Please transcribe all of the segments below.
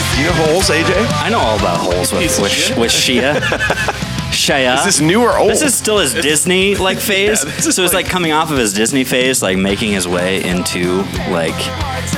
holes, AJ? I know all about holes with Piece of with, shit. with Shia. Shia. Is this new or old? This is still his Disney like phase. this is so it's like coming off of his Disney phase, like making his way into like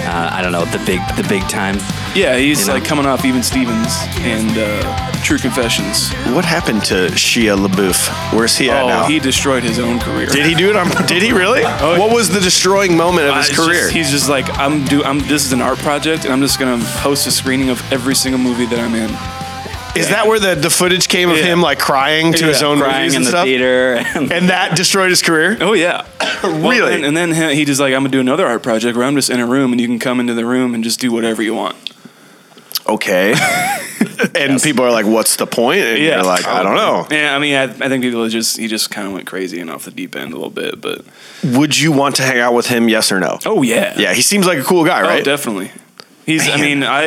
uh, I don't know the big the big time. Yeah, he's know? like coming off even Stevens and uh, True Confessions. What happened to Shia LaBeouf? Where's he at oh, now? he destroyed his own career. did he do it? On, did he really? yeah. what was the destroying moment of Uh, his it's career? just- he's just like I'm do. I'm. This is an art project, and I'm just gonna host a screening of every single movie that I'm in. is that where the, the footage came of Yeah. him like crying to Yeah, his own Crying movies in and the stuff? theater. And, And that destroyed his career. Oh yeah, Really? and, and then he- he just like I'm gonna do another art project where I'm just in a room and you can come into the room and just do whatever you want. Okay. and people are like, "What's the point?" And Yeah. you're like, "I don't know." Yeah, I mean, I, I think people just he just kind of went crazy and off the deep end a little bit, but Would you want to hang out with him? Yes or no? oh yeah, Yeah, he seems like a cool guy, Oh, right? definitely. He's. Man. I mean, I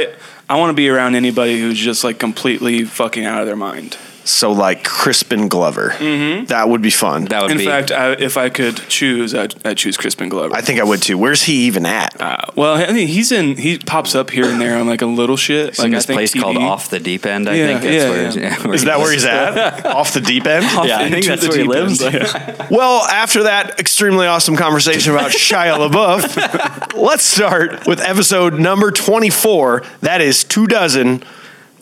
I want to be around anybody who's just like completely fucking out of their mind. so like Crispin Glover, mm-hmm. that would be fun. that would In be fact, I, if I could choose, I'd, I'd choose Crispin Glover. I think I would too. Where's he even at? uh, well, I think he's in. He pops up here and there on like a little shit. in Like this I think place TV. called Off the Deep End. I Yeah, think that's yeah, where, yeah. yeah, where Is he that where lives. he's at? Off the deep end? Yeah, I think Into that's the where he deep end. lives. Well, after that extremely awesome conversation about Shia LaBeouf, let's start with episode number 24. That is two dozen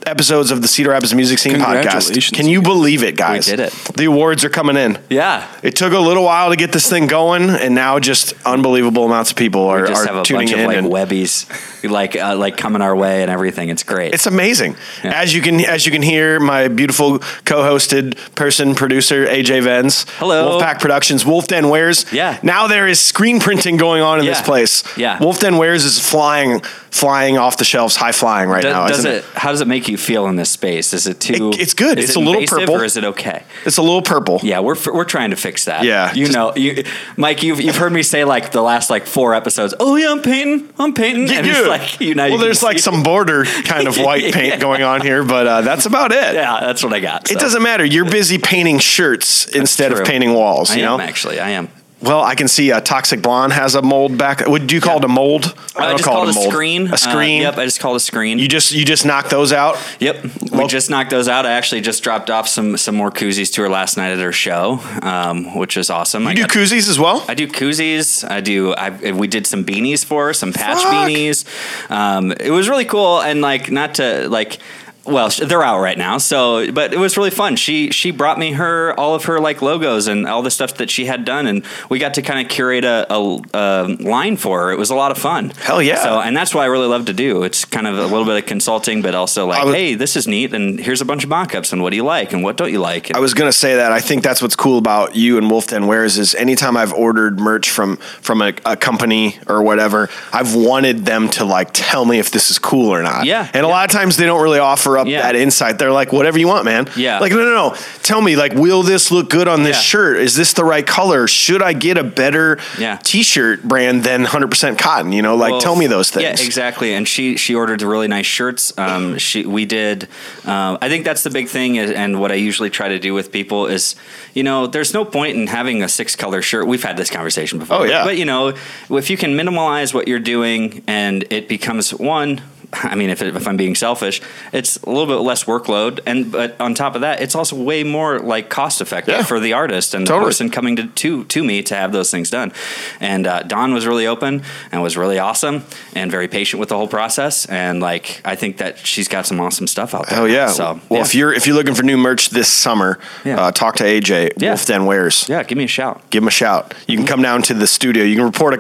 episodes of the Cedar Rapids Music Scene podcast. Congratulations. Can you believe it, guys? did it. The awards are coming in. yeah. It took a little while to get this thing going, and now just unbelievable amounts of people are, We just are have a tuning bunch of in. like and- webbies, like uh, like coming our way and everything. It's great. It's amazing. Yeah. As you can as you can hear, my beautiful co-hosted person producer AJ Vens. Hello. Wolfpack Productions, Wolf Den Wares. Yeah. Now there is screen printing going on in this Yeah. place. Yeah. Wolf Den Wares is flying flying off the shelves, high flying right Do- now. does isn't it, How does it make you feel in this space? Is it too? It- it's good. is It's it a little invasive purple. Or is it okay? It's a little purple. Yeah, we're we're trying to fix that. Yeah, you just- know, you, Mike, you've you've heard me say like the last like four episodes. Oh yeah, I'm painting. I'm painting. Yeah, and yeah. it's like you know. you well, can there's like see- some border kind of white paint going on here, but uh, that's about it. Yeah, that's what I got. It so. doesn't matter. You're busy painting shirts instead true. of painting walls. I you am know. actually. I am. Well, I can see uh, Toxic Blonde has a mold back. What do you call it? A mold? I, just called a, screen. A screen. Uh, yep. I just called a screen. you just you just knock those out. Yep, we Well- just knocked those out. I actually just dropped off some some more koozies to her last night at her show, um, which is awesome. I You do got- koozies as well. I do koozies. I do. I, we did some beanies for her, some patch Fuck. beanies. Um, it was really cool, and like not to like. Well, sh- they're out right now, so but it was really fun. She she brought me her all of her like logos and all the stuff that she had done, and we got to kind of curate a, a, a line for her. It was a lot of fun. Hell yeah. So and that's what I really love to do. It's kind of a little bit of consulting, but also like, I was- hey, this is neat, and here's a bunch of mock-ups, and what do you like, and what don't you like? And, I was gonna say that I think that's what's cool about you and Wolf Den Wares is anytime I've ordered merch from from a, a company or whatever, I've wanted them to like tell me if this is cool or not. Yeah. And a lot of times they don't really offer up Yeah. that insight. They're like, whatever you want, man. Yeah. Like, no, no, no. Tell me, like, will this look good on this Yeah. shirt? Is this the right color? Should I get a better Yeah. t-shirt brand than 100% cotton? You know, like, Well, tell me those things. Yeah, exactly. And she she ordered really nice shirts. Um, she we did. Um, I think that's the big thing, is, and what I usually try to do with people is, you know, there's no point in having a six color shirt. We've had this conversation before. Oh, yeah. But, you know, if you can minimalize what you're doing, and it becomes one. I mean, if, it, if I'm being selfish, it's a little bit less workload, and but on top of that, it's also way more like cost effective Yeah. for the artist and the Totally. person coming to, to to me to have those things done. And uh, Don was really open and was really awesome and very patient with the whole process. And like, I think that she's got some awesome stuff out there. Oh yeah. So well, yeah. if you're if you're looking for new merch this summer, Yeah. uh, talk to AJ Yeah. Wolf Den Wares. yeah, give me a shout. Give him a shout. You can come down to the studio. You can report a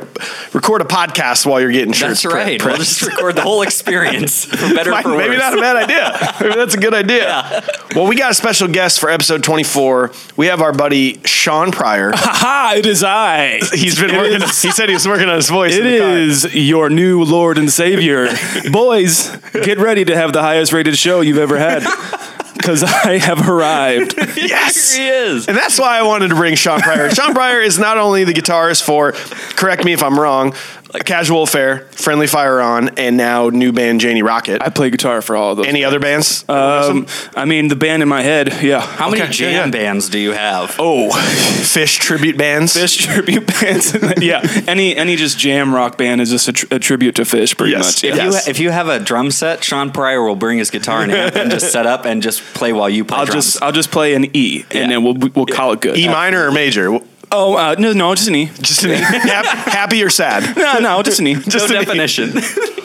record a podcast while you're getting shirts. That's right. pre- We'll just record the whole experience for better or Might- for worse. Maybe not a bad idea. Maybe that's a good idea. Well, we got a special guest for episode 24. We have our buddy Sean Pryor. Ha! It is I. He's been working. he said he was working on his voice. It in the car. is your new Lord and Savior. Boys, get ready to have the highest rated show you've ever had. Because I have arrived. Yes. Here he is. And that's why I wanted to bring Sean Pryor. Sean Pryor is not only the guitarist for, correct me if I'm wrong, a casual affair, friendly fire on, and now new band Janie Rocket. I play guitar for all of those. Any other bands? Um, I mean, the band in my head, yeah. How Okay, many yeah, jam yeah. bands do you have? Oh, oh, Fish tribute bands. Fish tribute bands, yeah. Any any just jam rock band is just a, tr- a tribute to Fish, pretty Yes. much. If Yeah. you- yes. if you have a drum set, Sean Pryor will bring his guitar and amp and just set up and just play while you play I'll drums. uh, just I'll just play an E, and Yeah. then we'll we'll call it good. Uh, E minor or major? oh uh, no no just an E. Just an Hap- happy or sad? No no just an E. no an- definition.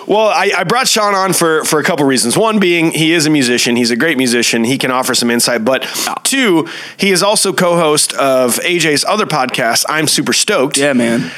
Well, I, I brought Sean on for, for a couple reasons. One being he is a musician, he's a great musician, he can offer some insight. But two, he is also co host of AJ's other podcast, I'm Super Stoked. yeah man.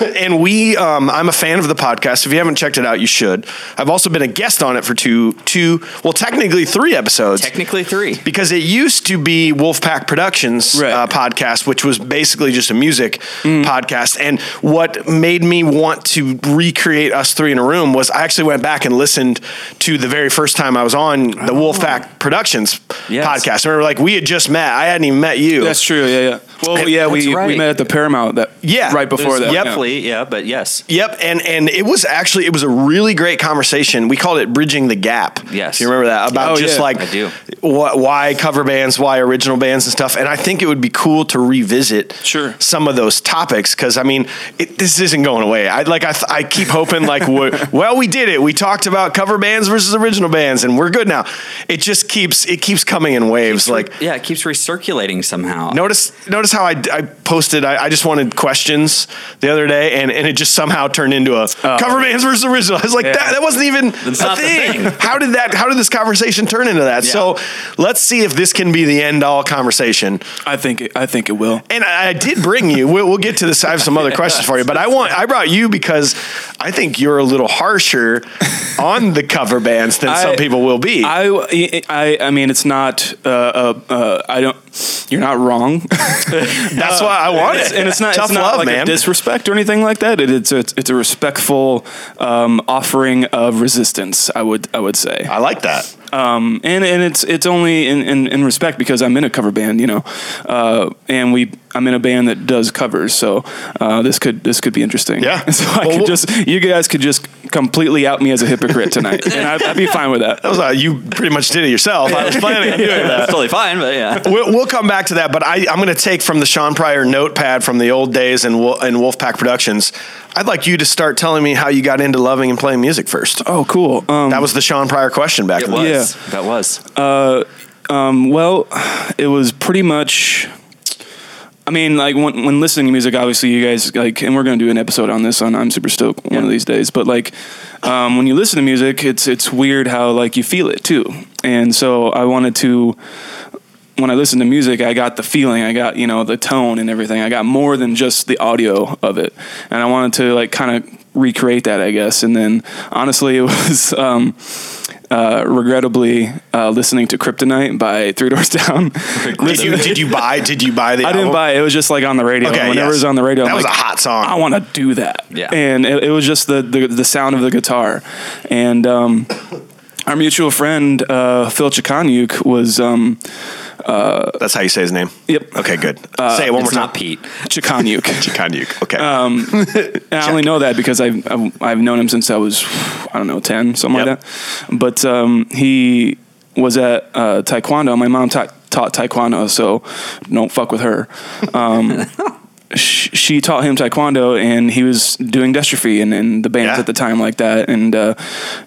And we, um, I'm a fan of the podcast. If you haven't checked it out, you should. I've also been a guest on it for two, two well, technically three episodes. Technically three. because it used to be Wolfpack Productions Right. uh, podcast, which was basically just a music podcast. And what made me want to recreate us three in a room was I actually went back and listened to the very first time I was on the Oh. Wolfpack Productions Yes. podcast. Remember, like we had just met. I hadn't even met you. That's true. Yeah, yeah. Well, yeah, we, That's we right. met at the Paramount that Yeah. right before that. Yep. yeah. Hopefully, yeah, but yes. Yep, and and it was actually it was a really great conversation. We called it bridging the gap. Yes. Do you remember that about Oh, just yeah. like I do. wh- why cover bands, why original bands and stuff. And I think it would be cool to revisit Sure. some of those topics because I mean it, this isn't going away. I like I, th- I keep hoping like we well we did it. We talked about cover bands versus original bands and we're good now. It just keeps it keeps coming in waves. like yeah, it keeps recirculating somehow. Notice, notice how I, I posted. I, I just wanted questions the other day, and, and it just somehow turned into a cover bands versus original. I was like, Oh. Yeah. that, that wasn't even That's a not the thing. thing. How did that? How did this conversation turn into that? Yeah. So let's see if this can be the end all conversation. I think it, I think it will. And I, I did bring you. We'll, we'll get to this. I have some other questions for you, but I want I brought you because I think you're a little harsher on the cover bands than some I- people will be. I, I, I mean, it's not. Uh, uh, uh, I don't. You're not wrong, That's why I want it. and it's not. tough it's not love, like man. a disrespect or anything like that. It, it's, a, it's a respectful um, offering of resistance. I would I would say. I like that. Um, and and it's it's only in, in, in respect because I'm in a cover band, you know, uh, and we I'm in a band that does covers, so uh, this could this could be interesting. Yeah. so I Well, could we'll- just you guys could just completely out me as a hypocrite tonight, and I'd, I'd be fine with that. That was how you pretty much did it yourself. I was planning on doing that. That's totally fine, but yeah. We'll, we'll come back to that, but I, I'm going to take from the Sean Pryor notepad from the old days and Wo- and Wolfpack Productions. I'd like you to start telling me how you got into loving and playing music first. Oh, cool. Um, That was the Sean Pryor question back It then. was. That was. Uh, Um, well, it was pretty much. I mean, like when, when listening to music, obviously you guys like, and we're gonna do an episode on this on I'm Super Stoked one of these days. But like, um, when you listen to music, it's it's weird how like you feel it too. And so I wanted to, when I listened to music, I got the feeling, I got you know the tone and everything. I got more than just the audio of it, and I wanted to like kind of recreate that, I guess. And then honestly, it was. Um, uh, regrettably uh, listening to Kryptonite by Three Doors Down. Did you, did you buy? Did you buy the? I didn't buy it. It was just like on the radio. Okay, Whenever yes. it was on the radio, That I'm was like, a hot song. I want to do that. Yeah. And it, it was just the, the the sound of the guitar, and um, our mutual friend uh, Phil Chikanyuk was um, That's how you say his name. Yep. Okay, good. Uh, say it one more it's time. not Pete. Chikanyuk. Chikanyuk. Okay. Um, And I only know that because I've, I've I've known him since I was I don't know ten something Yep. like that. But um, he was at uh, taekwondo. My mom taught taught taekwondo, so don't fuck with her. Um, sh- she taught him taekwondo, and he was doing dystrophy and, and the bands Yeah. at the time like that. And uh,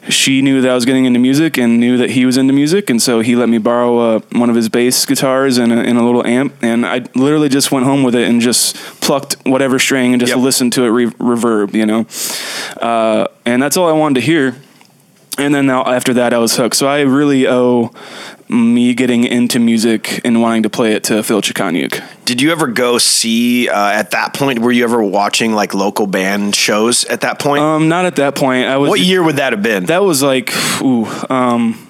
she knew that I was getting into music and knew that he was into music, and so he let me borrow uh, one of his bass guitars and a, and a little amp. And I literally just went home with it and just plucked whatever string and just Yep. listened to it re- reverb, you know. Uh, and that's all I wanted to hear. And then now after that, I was hooked. So I really owe me getting into music and wanting to play it to Phil Chikanyuk. Did you ever go see uh, at that point? Were you ever watching like local band shows at that point? Um, not at that point. I was what year would that have been? That was like ooh, um,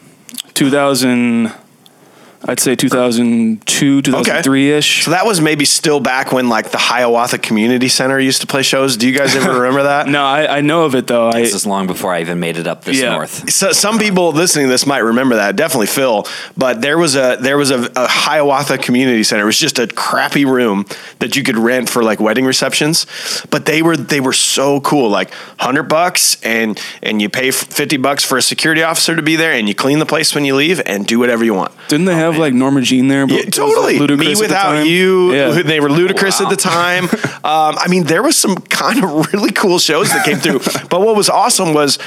2000. I'd say 2002, 2003 ish. So that was maybe still back when like the Hiawatha Community Center used to play shows. Do you guys ever remember that? No, I, I know of it though. I, This is long before I even made it up this Yeah. north. So some people listening to this might remember that. Definitely Phil. But there was a there was a, a Hiawatha Community Center. It was just a crappy room that you could rent for like wedding receptions. But they were they were so cool. Like hundred bucks and and you pay f- fifty bucks for a security officer to be there and you clean the place when you leave and do whatever you want. didn't they have like Norma Jean there? Yeah, but totally. was it Ludacris Me at the without time? you. Yeah. They were ludicrous at Wow. the time. um, I mean, there was some kind of really cool shows that came through. but what was awesome was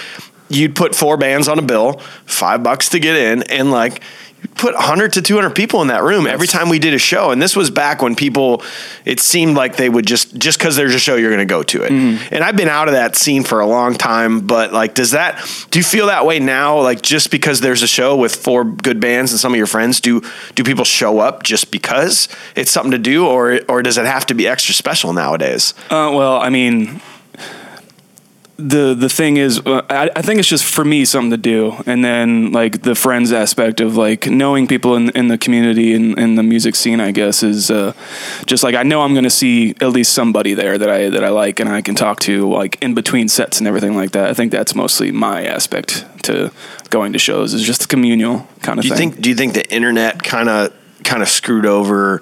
you'd put four bands on a bill, five bucks to get in, and like you put 100 to 200 people in that room every time we did a show and this was back when people it seemed like they would just just because there's a show you're going to go to it and i've been out of that scene for a long time but like does that do you feel that way now like just because there's a show with four good bands and some of your friends do do people show up just because it's something to do or or does it have to be extra special nowadays Uh, well, I mean, the the thing is, uh, I, I think it's just for me something to do, and then like the friends aspect of like knowing people in in the community and in the music scene, I guess, is uh, just like I know I'm going to see at least somebody there that I that I like and I can talk to like in between sets and everything like that. I think that's mostly my aspect to going to shows is just communal kind of do you thing. think do you think the internet kind of kind of screwed over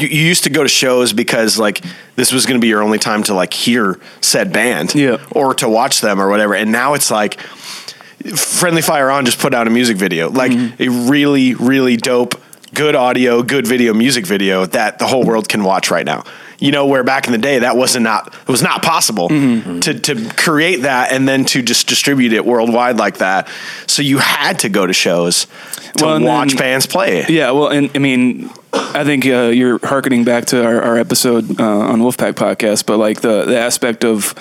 you, you used to go to shows because like this was going to be your only time to like hear said band Yeah. or to watch them or whatever and now it's like friendly fire on just put out a music video like Mm-hmm. a really really dope good audio good video music video that the whole world can watch right now you know where back in the day that wasn't not it was not possible Mm-hmm. to to create that and then to just distribute it worldwide like that so you had to go to shows to Well, and watch then- bands play Yeah, well, and I mean, I think uh, you're harkening back to our, our episode uh, on Wolfpack podcast, but like the the aspect of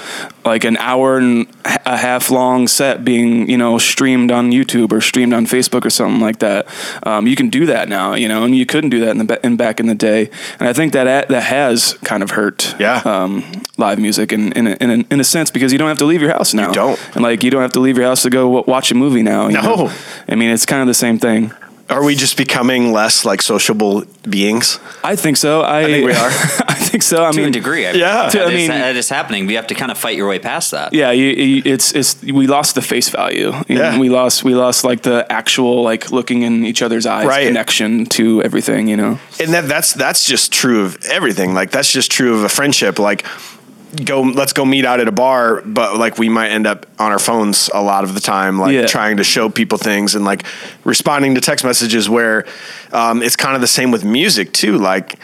like an hour and h- a half long set being you know streamed on YouTube or streamed on Facebook or something like that. Um, you can do that now, you know, and you couldn't do that in the ba- in back in the day. And I think that a- that has kind of hurt, Yeah. um, live music in in a, in, a, in a sense because you don't have to leave your house now. don't. and like you don't have to leave your house to go w- watch a movie now. No. you know? I mean it's kind of the same thing. Are we just becoming less like sociable beings? I think so. I, think we are. I think so. I To mean, a degree, I Yeah. that To- I is- mean- that is happening. You have to kind of fight your way past that. yeah, you, you, it's it's we lost the face value. You know, Yeah. we lost we lost like the actual like looking in each other's eyes Right. connection to everything. You know, And that that's that's just true of everything. Like that's just true of a friendship. Like go let's go meet out at a bar, but like we might end up on our phones a lot of the time, like Yeah. trying to show people things and like responding to text messages where um, it's kind of the same with music too. Like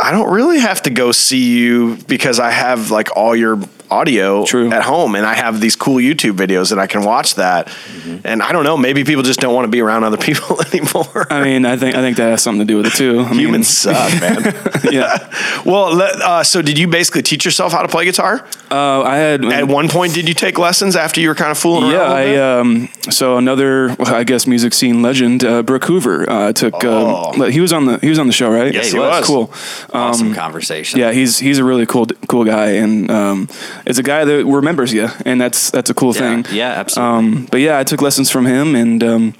I don't really have to go see you because I have like all your audio True. at home and I have these cool YouTube videos and I can watch that. Mm-hmm. And I don't know, maybe people just don't want to be around other people anymore. I mean, I think I think that has something to do with it too. I mean, Humans suck, man. yeah. Well, let, uh, so did you basically teach yourself how to play guitar? Uh, I had At one point, did you take lessons after you were kind of fooling Yeah, around? a I little um, so another well, I guess music scene legend, uh, Brooke Hoover uh, took. Oh. Um, he was on the he was on the show, right? Yes, he he was. was. Cool. Awesome conversation. um, Yeah, he's he's a really cool cool guy, and um, it's a guy that remembers you, and that's that's a cool Yeah, thing. yeah, absolutely. Um, but yeah, I took lessons from him, and um,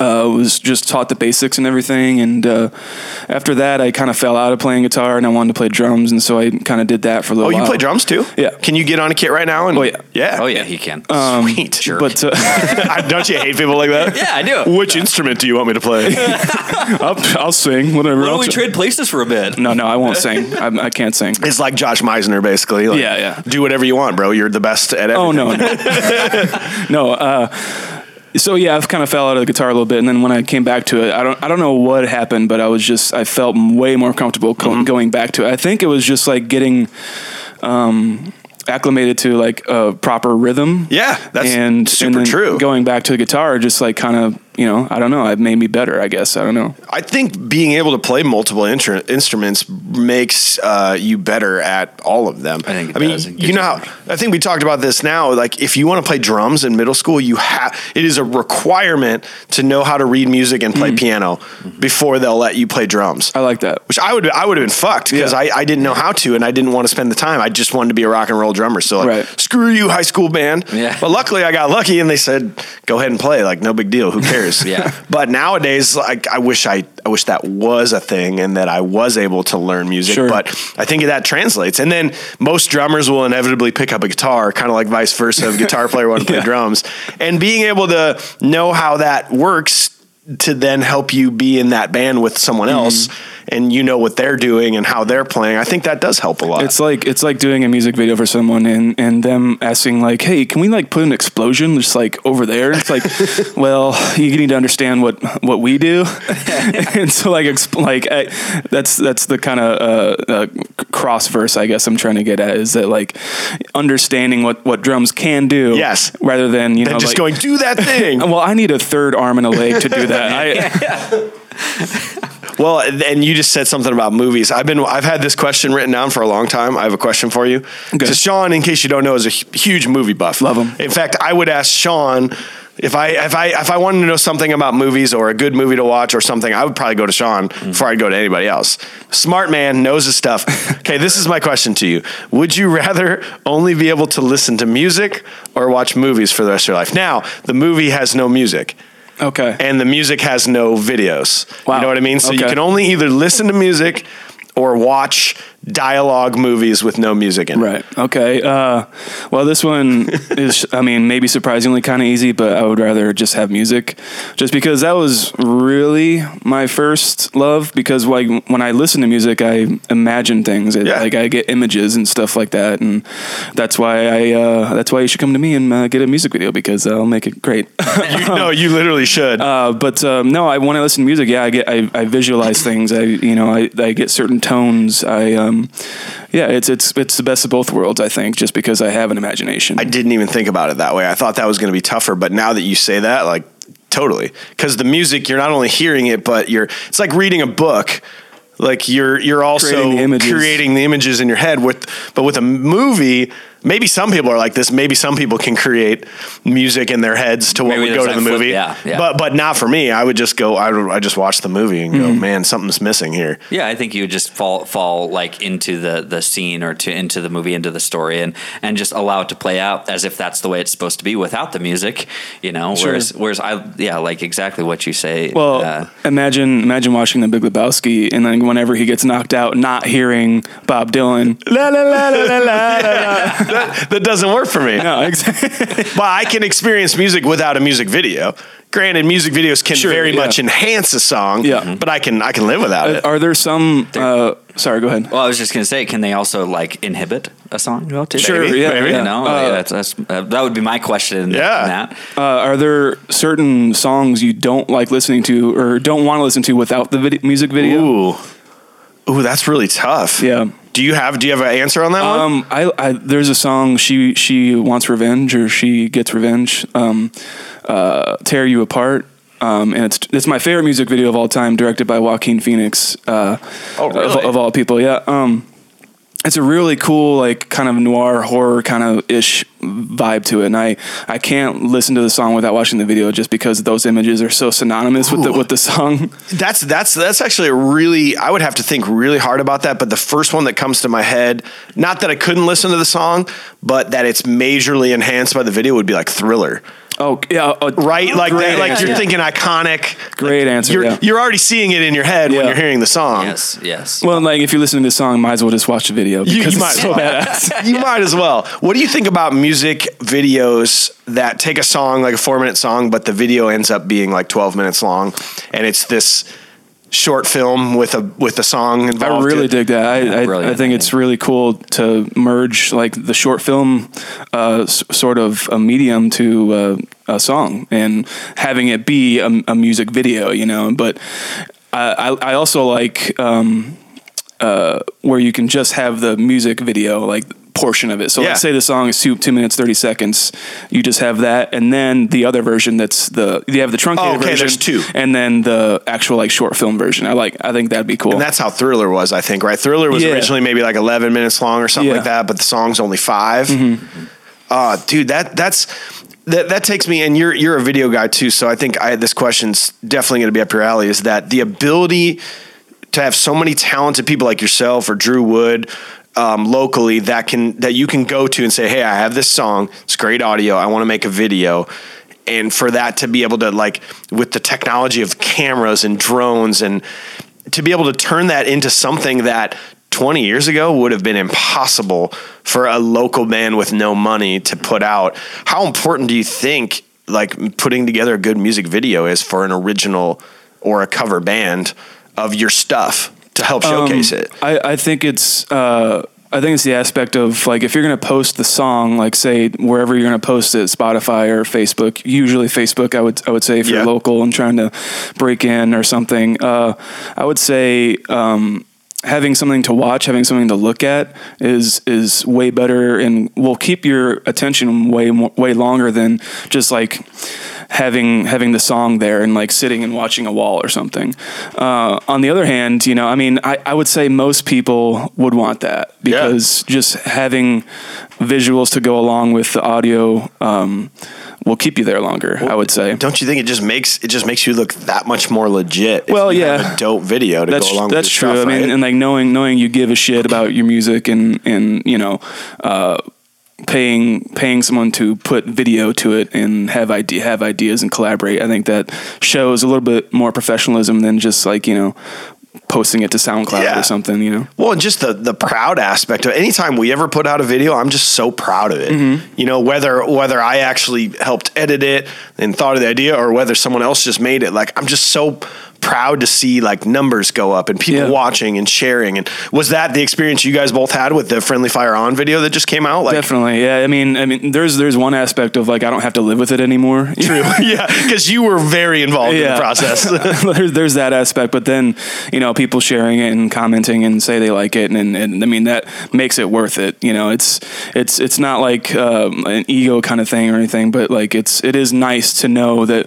uh, was just taught the basics and everything. And uh, after that, I kind of fell out of playing guitar, and I wanted to play drums, and so I kind of did that for a bit? little. oh, you while. play drums too? Yeah. Can you get on a kit right now? And Oh, yeah. yeah. oh yeah, he can. Sweet. jerk. But uh, don't you hate people like that? Yeah, I do. Which instrument do you want me to play? I'll, I'll sing whatever. Why I'll don't we tr- trade places for a bit? no, no, I won't sing. I, I can't sing. it's like Josh Meisner, basically. Like, Yeah, yeah. Do whatever you want, bro. You're the best at everything. Oh no, no. no uh, so yeah, I've kind of fell out of the guitar a little bit, and then when I came back to it, I don't, I don't know what happened, but I was just, I felt way more comfortable co- Mm-hmm. going back to it. I think it was just like getting um, acclimated to like a proper rhythm. Yeah, that's and super and then true. Going back to the guitar, just like kind of, you know, I don't know. It made me better, I guess. I don't know. I think being able to play multiple intr- instruments makes uh, you better at all of them. I think it I mean, does. It you know, how, I think we talked about this now. Like, if you want to play drums in middle school, you have it is a requirement to know how to read music and Mm-hmm. play piano before they'll let you play drums. I like that. Which I would I would have been fucked because Yeah. I, I didn't know how to and I didn't want to spend the time. I just wanted to be a rock and roll drummer. So like, Right. screw you, high school band. Yeah. But luckily I got lucky and they said, go ahead and play. Like no big deal. Who years. Yeah. But nowadays, like I wish I, I wish that was a thing and that I was able to learn music. Sure. But I think that translates. And then most drummers will inevitably pick up a guitar, kind of like vice versa, a guitar player want to play Yeah. drums. And being able to know how that works to then help you be in that band with someone Mm-hmm. else and you know what they're doing and how they're playing. I think that does help a lot. It's like it's like doing a music video for someone and and them asking like, "Hey, can we like put an explosion just like over there?" It's like, well, you need to understand what what we do, and so like exp- like I, that's that's the kind of uh, uh, cross verse I guess I'm trying to get at is that like understanding what what drums can do, Yes. rather than you know and just like, going, do that thing. Well, I need a third arm and a leg to do that. I, Well, and you just said something about movies. I've been I've had this question written down for a long time. I have a question for you. Okay. So Sean, in case you don't know, is a hu- huge movie buff. Love him. In fact, I would ask Sean if I if I if I wanted to know something about movies or a good movie to watch or something, I would probably go to Sean before I'd go to anybody else. Smart man knows his stuff. okay, this is my question to you. Would you rather only be able to listen to music or watch movies for the rest of your life? Now, the movie has no music okay. and the music has no videos. You Wow. know what I mean? So you Okay. can only either listen to music or watch dialogue movies with no music in it. Right. Okay. Uh, well, this one is, I mean, maybe surprisingly kind of easy, but I would rather just have music, just because that was really my first love. Because like when I listen to music, I imagine things. It- Yeah. Like I get images and stuff like that, and that's why I. Uh, that's why you should come to me and uh, get a music video because I'll make it great. You, no, you literally should. Uh, but um, no, I when I listen to music, yeah, I get I, I visualize things. I you know I, I get certain tones. I um, yeah, it's it's it's the best of both worlds. I think just because I have an imagination. I didn't even think about it that way. I thought that was going to be tougher, but now that you say that, like totally, because the music you're not only hearing it, but you're it's like reading a book. Like you're you're also Creating the images. creating the images in your head with, but with a movie, maybe some people are like this. Maybe some people can create music in their heads to what Maybe would go there's to the that flip- movie. yeah, yeah. But but not for me. I would just go. I would, I just watch the movie and Mm-hmm. go, man, something's missing here. Yeah, I think you would just fall fall like into the the scene or to into the movie, into the story, and and just allow it to play out as if that's the way it's supposed to be without the music, you know. Whereas whereas I yeah, like exactly what you say. well, uh, imagine imagine watching the Big Lebowski, and then whenever he gets knocked out, not hearing Bob Dylan. la la la la la la. la. That, that doesn't work for me. No, exactly. but I can experience music without a music video. Granted, music videos can Sure, very yeah. much enhance a song, Yeah. Uh, Mhm. but I can I can live without it. Are there some? Uh, sorry, go ahead. well, I was just gonna say, can they also like inhibit a song? Well, too? Sure, Maybe, yeah, maybe. yeah. You know, Uh, that's, that's uh, that would be my question. in Yeah. that. Uh, are there certain songs you don't like listening to or don't want to listen to without the vid- music video? Ooh, ooh, that's really tough. oh, Yeah. Do you have Do you have an answer on that one? Um, I, I there's a song she she wants revenge or she gets revenge. Um, uh, tear you apart. Um, and it's it's my favorite music video of all time, directed by Joaquin Phoenix. Uh, Oh, really? Of, of all people, yeah. Um, it's a really cool, like, kind of noir horror kind of ish vibe to it, and I I can't listen to the song without watching the video, just because those images are so synonymous with the with the song. That's that's that's actually a really I would have to think really hard about that. But the first one that comes to my head, not that I couldn't listen to the song, but that it's majorly enhanced by the video would be like Thriller. Oh yeah, uh, Right, like Great that, like answer. you're thinking iconic. Great Like, answer, You're, yeah. you're already seeing it in your head when Yeah. you're hearing the song. Yes, yes. Well, like if you're listening to the song, might as well just watch the video because you it's might as so well. badass. you might as well. What do you think about music videos that take a song, like a four minute song, but the video ends up being like 12 minutes long and it's this short film with a with a song I involved? really did. dig that. I, I, I brilliant, think I it's think. really cool to merge like the short film uh, s- sort of a medium to uh, a song and having it be a, a music video, you know. But I, I, I also like um, uh, where you can just have the music video like portion of it. So Yeah. let's say the song is two two minutes thirty seconds. You just have that, and then the other version that's the you have the truncated Oh, okay, version. there's two. and then the actual like short film version. I like. I think that'd be cool. And that's how Thriller was, I think, right? Thriller was Yeah. originally maybe like 11 minutes long or something Yeah. Mm-hmm. like that, but the song's only 5 Uh, dude, that that's that that takes me and you're you're a video guy too, so I think I this question's definitely going to be up your alley is that the ability to have so many talented people like yourself or Drew Wood um, locally that can that you can go to and say, "Hey, I have this song. It's great audio. I want to make a video." and for that to be able to like with the technology of cameras and drones and to be able to turn that into something that 20 years ago would have been impossible for a local band with no money to put out how important do you think like putting together a good music video is for an original or a cover band of your stuff to help showcase Um, it I, I think it's uh, I think it's the aspect of like if you're gonna post the song, like say wherever you're gonna post it, Spotify or Facebook. Usually Facebook, I would I would say if Yeah. you're local and trying to break in or something. Uh, I would say. Um, Having something to watch, having something to look at, is is way better, and will keep your attention way more, way longer than just like having having the song there and like sitting and watching a wall or something. Uh, on the other hand, you know, I mean, I, I would say most people would want that because just having visuals to go along with the audio um, will keep you there longer. I would say. don't you think it just makes it just makes you look that much more legit? if Well, you yeah. have a dope video to that's go along. that's with true. your Stuff, I mean, right? and like knowing knowing you give a shit about your music and and you know. Uh, paying paying someone to put video to it and have idea have ideas and collaborate i think that shows a little bit more professionalism than just like you know posting it to soundcloud Yeah. or something you know Well, and just the the proud aspect of anytime we ever put out a video, I'm just so proud of it. Mm-hmm. You know, whether whether I actually helped edit it and thought of the idea or whether someone else just made it, like I'm just so proud to see like numbers go up and people Yeah. watching and sharing. And was that the experience you guys both had with the Friendly Fire On video that just came out? Like Definitely, yeah. I mean, I mean, there's there's one aspect of like I don't have to live with it anymore. True. yeah, because you were very involved in the Yeah. process. there's there's that aspect, but then you know people sharing it and commenting and say they like it, and, and I mean that makes it worth it. You know, it's it's it's not like um, an ego kind of thing or anything, but like it's it is nice to know that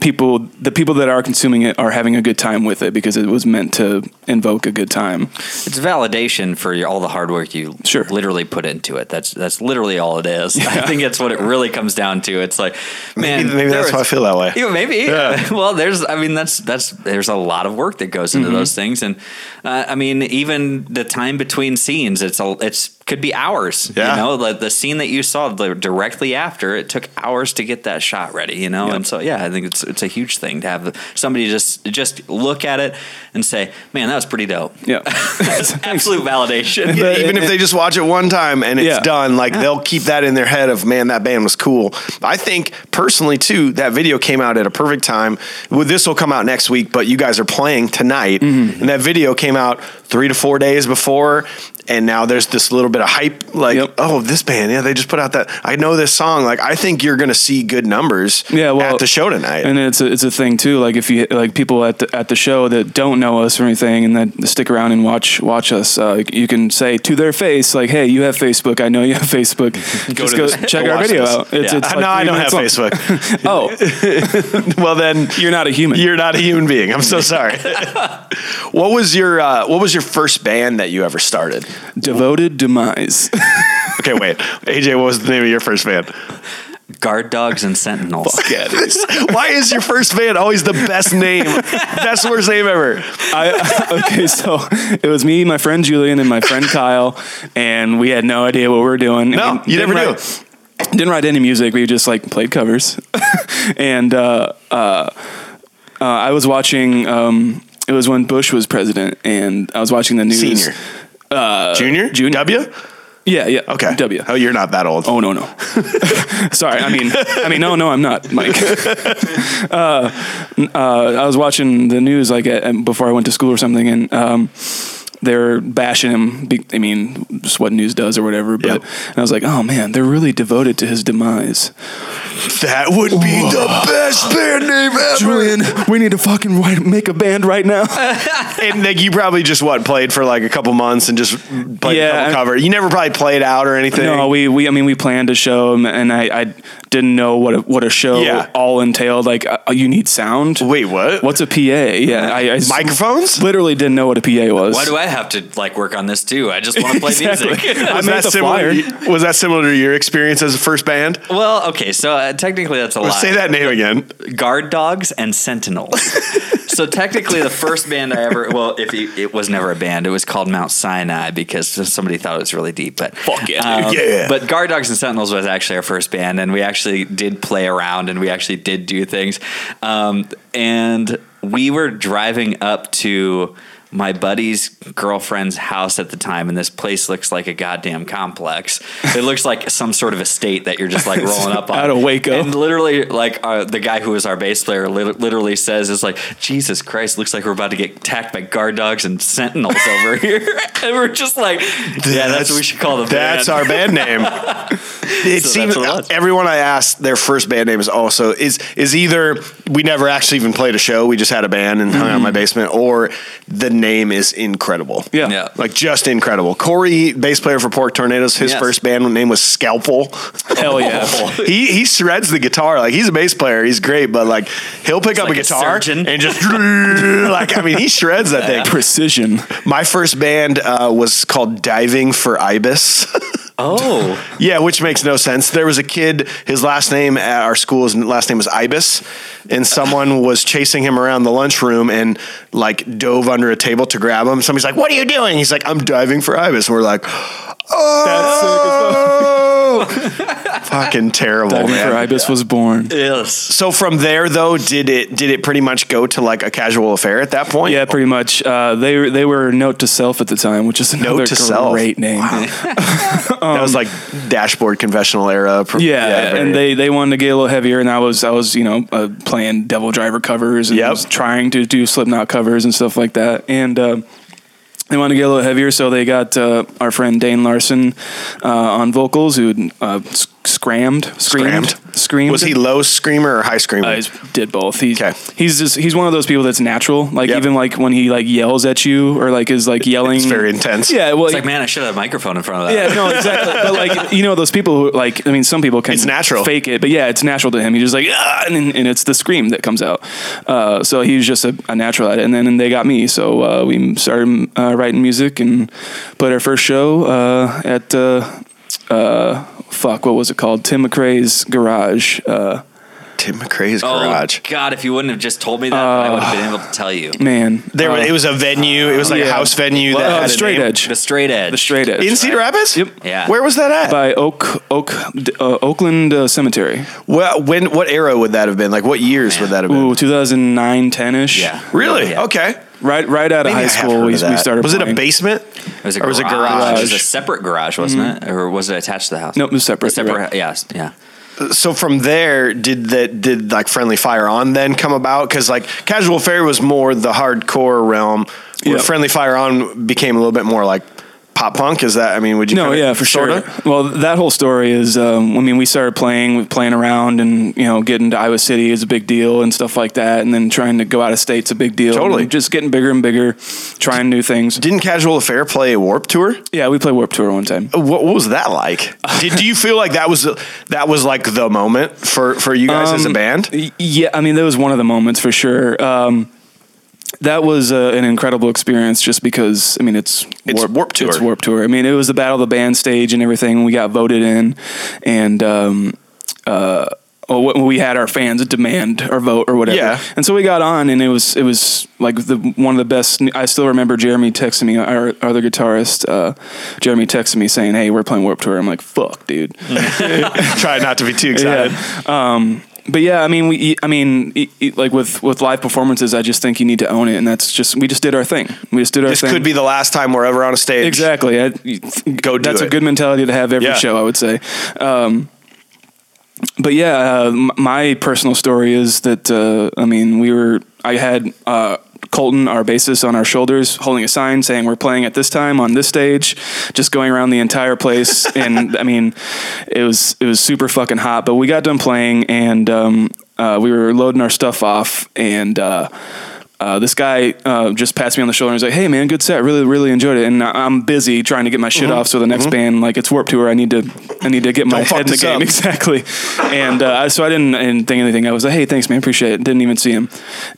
people the people that are consuming it are having a good time with it because it was meant to invoke a good time. It's validation for your, all the hard work you Sure. literally put into it. That's that's literally all it is. I think that's what it really comes down to. It's like, man, Maybe- maybe there that's why I feel that way. Yeah, maybe. Yeah. well, there's. I mean, that's that's. There's a lot of work that goes Mm-hmm. into those things, and uh, I mean, even the time between scenes, it's a, it's could be hours. Yeah. You know, like the scene that you saw the, directly after, it took hours to get that shot ready. You know, and so yeah, I think it's it's a huge thing to have somebody just just look at it and say, man, that was pretty dope. Yeah. That's absolute validation. Yeah, even if they just watch it one time and it's Yeah. done, like they'll keep that in their head of man, that band was cool. I think personally too, that video came out at a perfect time. Well, this will come out next week, but you guys are playing tonight, Mm-hmm. and that video came out three to four days before. And now there's this little bit of hype, like, Yep. oh, this band, yeah, they just put out that. I know this song. Like, I think you're gonna see good numbers Yeah, well, at the show tonight. And it's a, it's a thing too. Like if you like people at the, at the show that don't know us or anything, and that stick around and watch watch us, uh, you can say to their face, like, "Hey, you have Facebook. I know you have Facebook. Just to go this- check go our watch video this." out." It's, Yeah. it's no, I three don't have minutes long. Facebook. Oh, well, then you're not a human. You're not a human being. I'm so sorry. what was your uh, What was your first band that you ever started? Devoted demise. Okay, wait, AJ, what was the name of your first band? Guard dogs and sentinels. Why is your first band always the best name, best worst name ever? I, okay, so it was me, my friend Julian, and my friend Kyle, and we had no idea what we were doing. No, We you didn't never write, do. Didn't write any music. We just like played covers, and uh, uh, uh, I was watching. Um, it was when Bush was president, and I was watching the news. Senior, Junior, uh, Junior. W. Yeah, yeah. Okay, W. Oh, you're not that old. Oh no no. Sorry, I mean I mean no no I'm not Mike. uh, n- uh, I was watching the news like at, at- before I went to school or something, and um, they're bashing him. Be, I mean, just what news does or whatever. But Yep. and I was like, oh man, they're really devoted to his demise. That would be the best band name ever. Julian, we need to fucking write, make a band right now. And like you probably just what played for like a couple months and just played Yeah, a couple I- cover. You never probably played out or anything. No, we, we I mean we planned a show, and- and I, I didn't know what a, what a show Yeah. all entailed. Like uh, you need sound. Wait, what? What's a PA? Yeah, I, I Microphones? Literally didn't know what a PA was. Why do I have to like work on this too? I just want to play music. I Was made that the similar? flyer. Was that similar to your experience as a first band? well, okay, so uh, technically that's a lie. Say that name again. Guard dogs and sentinels. so technically, the first band I ever well, if you, it was never a band, it was called Mount Sinai because somebody thought it was really deep. But Fuck yeah, um, dude. Yeah. But Guard Dogs and Sentinels was actually our first band, and we actually did play around and we actually did do things. Um, and we were driving up to my buddy's girlfriend's house at the time, and this place looks like a goddamn complex. It looks like some sort of estate that you're just like rolling up on. Out of Waco. And literally, like uh, the guy who was our bass player lit- literally says, "Is like Jesus Christ, looks like we're about to get attacked by guard dogs and sentinels over here." and we're just like, "Yeah, that's, what we should call the That's band. our band name. it So seems that's what it was. everyone I asked their first band name is also is is either we never actually even played a show, we just had a band and hung out in my basement, or the name is incredible. Mm-hmm. Yeah. Yeah. Like just incredible. Corey, bass player for Pork Tornadoes, his Yes. first band name was Scalpel. Hell yeah. he he shreds the guitar. Like he's a bass player, he's great, but like he'll pick up like a a guitar surgeon. and just like I mean he shreds that thing. Precision. My first band uh, was called Diving for Ibis. Oh, Yeah, which makes no sense. There was a kid, his last name at our school, his last name was Ibis, and someone was chasing him around the lunchroom and like dove under a table to grab him. Somebody's like, What are you doing? He's like, I'm diving for Ibis. And we're like, Oh, fucking terrible. Diving man. for Ibis was born. yes. So from there though, did it did it pretty much go to like a casual affair at that point? Yeah, pretty much. Uh, they they were Note to Self at the time, which is another to Self. great name. that was like dashboard confessional era. Pro- Um, Yeah, very- and they, they wanted to get a little heavier, and I was I was you know uh, playing Devil Driver covers and Yep. was trying to do Slipknot covers and stuff like that, and. Uh, they wanted to get a little heavier, so they got uh, our friend Dane Larson uh, on vocals, who uh, s- scrammed, screamed, Scrammed? screamed. was he low screamer or high screamer? I did both. Uh, He's 'Kay. he's just he's one of those people that's natural. Like Yep. even like when he like yells at you or like is like yelling. it's very intense. Yeah, well, It's like, man, I should have a microphone in front of that. yeah, no, exactly. but like you know those people who like I mean some people can It's natural. fake it, but yeah, it's natural to him. He's just like ah, and, then- and it's the scream that comes out. Uh, so he was just a, a natural at it, and then and they got me. So uh, we started uh, writing music and put our first show uh, at. Uh, uh, fuck, what was it called? Tim McRae's garage. Uh, Tim McRae's Oh garage. God! If you wouldn't have just told me that, I would have been able to tell you. man, There, uh, was it was a venue. It was like a yeah. house venue uh, that had a straight name. edge. The straight edge. The straight e-, edge. in Cedar Rapids. Yep. Yeah. Where was that at? by Oak Oak d- uh, Oakland uh, Cemetery. well, when what era would that have been? Like what years would that have been? Ooh, 2009, 10 ish. Yeah. Really? Yeah. Okay. Right, right out of Maybe I high have heard school, of we, we that. started. Was it a playing. basement? It was a Or garage. was it It was a garage? separate garage, wasn't it? Or was it attached to the house? Mm-hmm. Nope, it was separate, Separate. you're right. Yes. Yeah. So from there, did that did like Friendly Fire on then come about? Because like Casual Fair was more the hardcore realm. Where Yep. Friendly Fire on became a little bit more like pop punk. Is that? I mean, would you? No, kinda- yeah, for sure. sorta? Well, that whole story is, um, I mean, we started playing, playing around, and you know, getting to Iowa City is a big deal, and stuff like that, and then trying to go out of state's a big deal. Totally. And just getting bigger and bigger, trying new things. Didn't Casual Affair play a Warp Tour? Yeah, we played Warp Tour one time. What, what was that like? Did do you feel like that was that was like the moment for for you guys as a Um, band? Y- Yeah, I mean, that was one of the moments for sure. Um, that was uh, an incredible experience just because, I mean, it's It's Warped Tour. It's Warp Tour. I mean, it was the Battle of the Band stage and everything. We got voted in, and um, uh, oh, what- we had our fans demand our vote or whatever. Yeah. And so we got on, and it was it was like the one of the best. I still remember Jeremy texting me, our, our other guitarist, uh, Jeremy texted me saying, "Hey, we're playing Warp Tour." I'm like, "Fuck, dude." Try not to be too excited. Yeah. Um, but yeah, I mean, we, I mean, e- e- like with with live performances, I just think you need to own it, and that's just we just did our thing. We just did our This thing. could be the last time we're ever on a stage. exactly. I, Go do That's it. a good mentality to have every Yeah. show, I would say. Um, but yeah, uh, m- my personal story is that uh, I mean, we were I had uh, Colton, our bassist, on our shoulders, holding a sign saying we're playing at this time on this stage, just going around the entire place, and I mean, it was it was super fucking hot. But we got done playing, and um, uh, we were loading our stuff off, and. Uh, uh, this guy uh, just passed me on the shoulder and was like, "Hey, man, good set. Really, really enjoyed it." And I- I'm busy trying to get my shit off, so the next band, like it's Warp Tour, I need to, I need to get my Mm-hmm. Don't fuck head in the this game up. exactly. And uh, I- so I didn't, I didn't think anything. I was like, "Hey, thanks, man, appreciate it." Didn't even see him.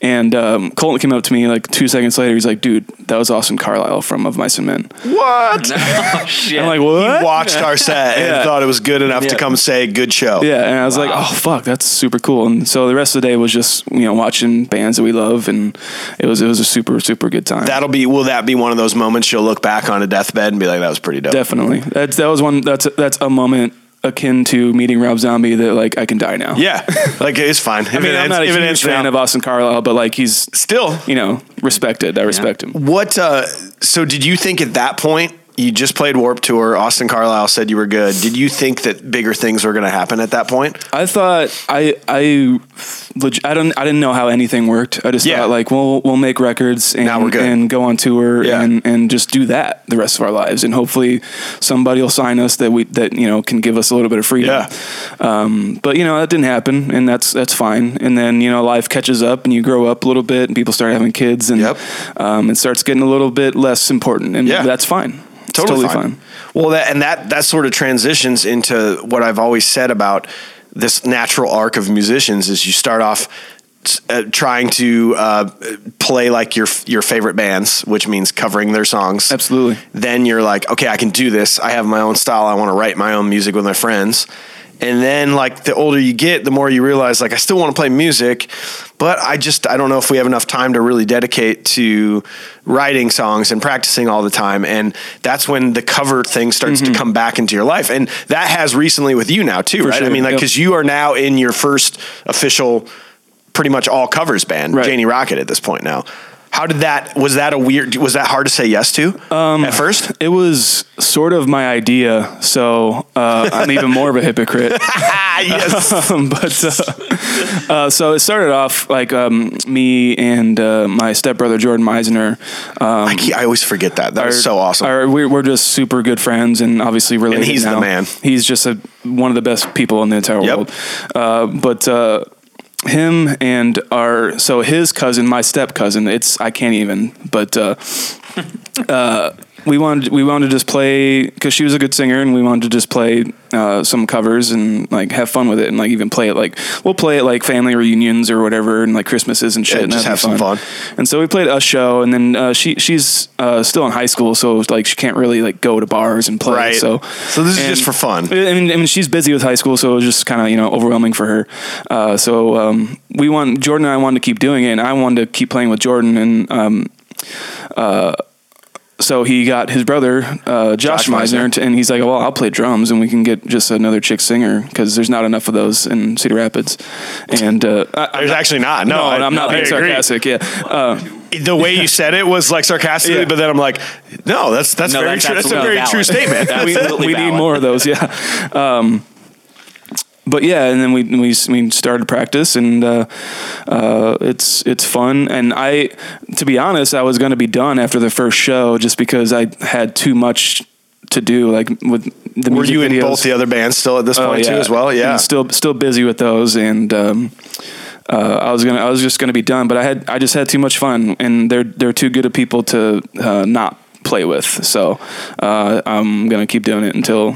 And um, Colton came up to me like two seconds later. He's like, "Dude, that was Austin Carlisle from Of Mice and Men." What? oh shit! I'm like, He "What?" watched our set and Yeah. thought it was good enough to Yeah. come say good show. Yeah, and I was like, "Oh fuck, that's super cool." And so the rest of the day was just you know watching bands that we love and it was it was a super super good time. That'll be will that be one of those moments you'll look back on a deathbed and be like, that was pretty dope. Definitely, that's that was one. That's that's a moment akin to meeting Rob Zombie that like I can die now. Yeah, like it's fine. I mean, I'm not a huge fan of Austin Carlisle, but like he's Still, you know respected. I respect him. what? Uh, so, did you think at that point you just played Warp Tour? Austin Carlisle said you were good. Did you think that bigger things were going to happen at that point? I thought I I leg- I don't I didn't know how anything worked. I just Yeah. thought like we'll we'll make records and Now we're good. and go on tour Yeah. and and just do that the rest of our lives and hopefully somebody will sign us that we that you know can give us a little bit of freedom. Yeah. Um, but you know that didn't happen and that's that's fine. And then you know life catches up and you grow up a little bit and people start having kids and Yep. um, it starts getting a little bit less important and Yeah. that's fine. It's totally, fine. Well, that and that that sort of transitions into what I've always said about this natural arc of musicians is you start off uh, trying to uh, play like your your favorite bands, which means covering their songs. Absolutely. Then you're like, okay, I can do this. I have my own style. I want to write my own music with my friends. And then like the older you get, the more you realize like I still want to play music, but I just I don't know if we have enough time to really dedicate to writing songs and practicing all the time. And that's when the cover thing starts Mm-hmm. to come back into your life. And that has recently with you now too, right? I sure, mean like yep. cuz you are now in your first official pretty much all covers band, Right. Janie Rocket at this point now. How did that was that a weird was that hard to say yes to Um, at first? It was sort of my idea, so uh, I'm even more of a hypocrite. Ah, yes. um, but uh, uh, so it started off like um, me and uh, my stepbrother Jordan Meisner. Um, I, ke- I always forget that. That was so awesome. are- we're, we're just super good friends and obviously related. he's the now. man. He's just a, one of the best people in the entire Yep. world. Uh, but uh, him and our so his cousin, my step cousin. It's I can't even. But uh, uh, we wanted we wanted to just play because she was a good singer and we wanted to just play uh, some covers and like have fun with it and like even play it like we'll play it like family reunions or whatever and like Christmases and shit. Yeah, and just that'd be have some fun. and so we played a show, and then uh, she she's uh, still in high school, so like she can't really like go to bars and play. Right. So So this is and- just for fun. I mean, I mean, she's busy with high school, so it was just kind of you know overwhelming for her. Uh, so um, we want Jordan and I wanted to keep doing it, and I wanted to keep playing with Jordan, and um, uh, so he got his brother uh, Josh, Josh Meisner, Meisner. t- and he's like, "Well, I'll play drums, and we can get just another chick singer because there's not enough of those in Cedar Rapids." And uh, I, There's actually not. No, no, I, and I'm not I being agree. sarcastic. Yeah. The way you said it was like sarcastically, Yeah. but then I'm like, no, that's that's No, very that's true. That's a absolutely very valid. true statement. That's we, Absolutely we need valid. more of those, yeah. Um, but yeah, and then we we we started practice, and uh, uh, it's it's fun. And I, to be honest, I was going to be done after the first show just because I had too much to do, like with the Were music you in videos. both the other bands still at this Oh, point too as well? Yeah. And still still busy with those, and um, uh, I was gonna I was just gonna be done, but I had I just had too much fun, and they're they're too good of people to uh, not play with, so uh, I'm gonna keep doing it until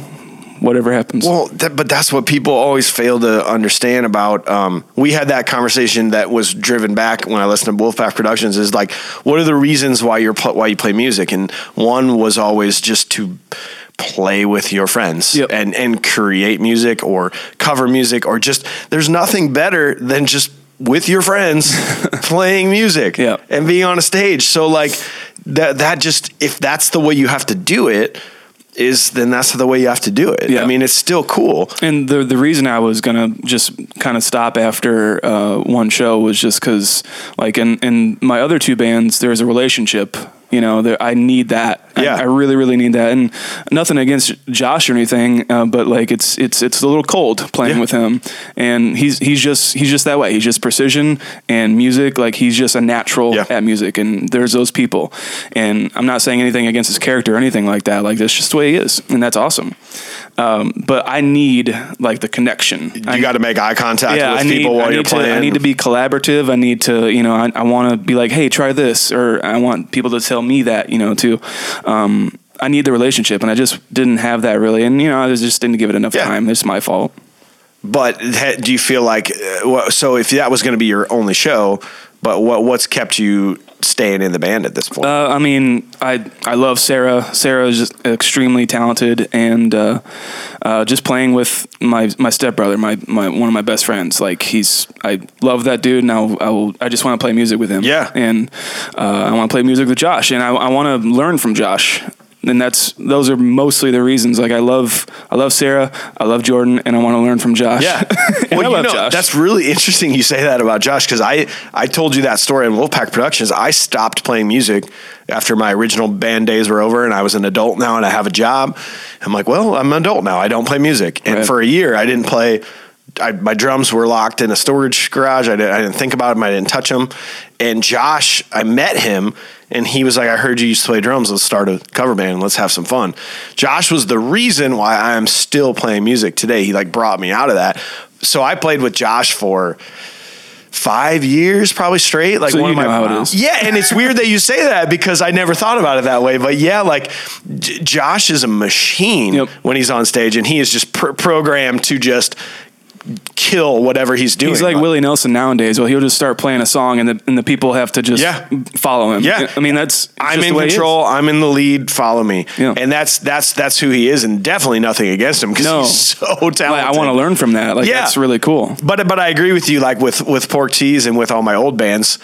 whatever happens. Well, that, but that's what people always fail to understand about. Um, we had that conversation that was driven back when I listened to Wolfpack Productions. Is like, what are the reasons why you're pl- why you play music? And one was always just to play with your friends Yep. and and create music or cover music or just. There's nothing better than just with your friends playing music Yeah. and being on a stage. So like that that just if that's the way you have to do it is then that's the way you have to do it. Yeah. I mean it's still cool. and the the reason I was gonna just kind of stop after uh, one show was just because like in in my other two bands there's a relationship you know there, I need that I- Yeah. I, really really need that and nothing against Josh or anything uh, but like it's it's it's a little cold playing Yeah. with him and he's he's just he's just that way he's just precision and music like he's just a natural Yeah. at music and there's those people and I'm not saying anything against his character or anything like that like that's just the way he is and that's awesome but I need like the connection. I, You got to make eye contact yeah, with I need, people while I need you're to, playing. I need to be collaborative. I need to, you know, I, I want to be like, hey, try this, or I want people to tell me that, you know, too. Um, I need the relationship, and I just didn't have that really, and you know, I was- just didn't give it enough Yeah. time. It's my fault. but ha- do you feel like uh, wha- so if that was going to be your only show, but what what's kept you staying in the band at this point? Uh, I mean, I I love Sarah. Sarah is just extremely talented, and uh, uh, just playing with my my stepbrother, my, my one of my best friends. Like he's, I love that dude, and I'll, I will, I just want to play music with him. Yeah. and uh, I want to play music with Josh, and I, I want to learn from Josh. And that's those are mostly the reasons. Like I love I love Sarah, I love Jordan, and I want to learn from Josh. and well, I you love know, Josh. that's really interesting you say that about Josh because I, I told you that story in Wolfpack Productions. I stopped playing music after my original band days were over and I was an adult now and I have a job. I'm like, well, I'm an adult now. I don't play music. And Right. for a year, I didn't play. I, my drums were locked in a storage garage. I, did, I didn't think about them. I didn't touch them. And Josh, I met him and he was like, I heard you used to play drums. Let's start a cover band. Let's have some fun. Josh was the reason why I am still playing music today. He like brought me out of that. So I played with Josh for five years, probably straight. Like So one you of my know how it is. yeah, and it's weird that you say that because I never thought about it that way. But yeah, like J- Josh is a machine Yep. when he's on stage, and he is just pr- programmed to just kill whatever he's doing. He's like Willie Nelson nowadays. Well, he'll just start playing a song, and the and the people have to just Yeah. follow him. Yeah. I mean that's it's I'm just in the way it is. control. I'm in the lead. Follow me, Yeah. and that's that's that's who he is, and definitely nothing against him because No. he's so talented. Like, I want to learn from that. Like Yeah. that's really cool. But but I agree with you. Like with with Pork Tees and with all my old bands,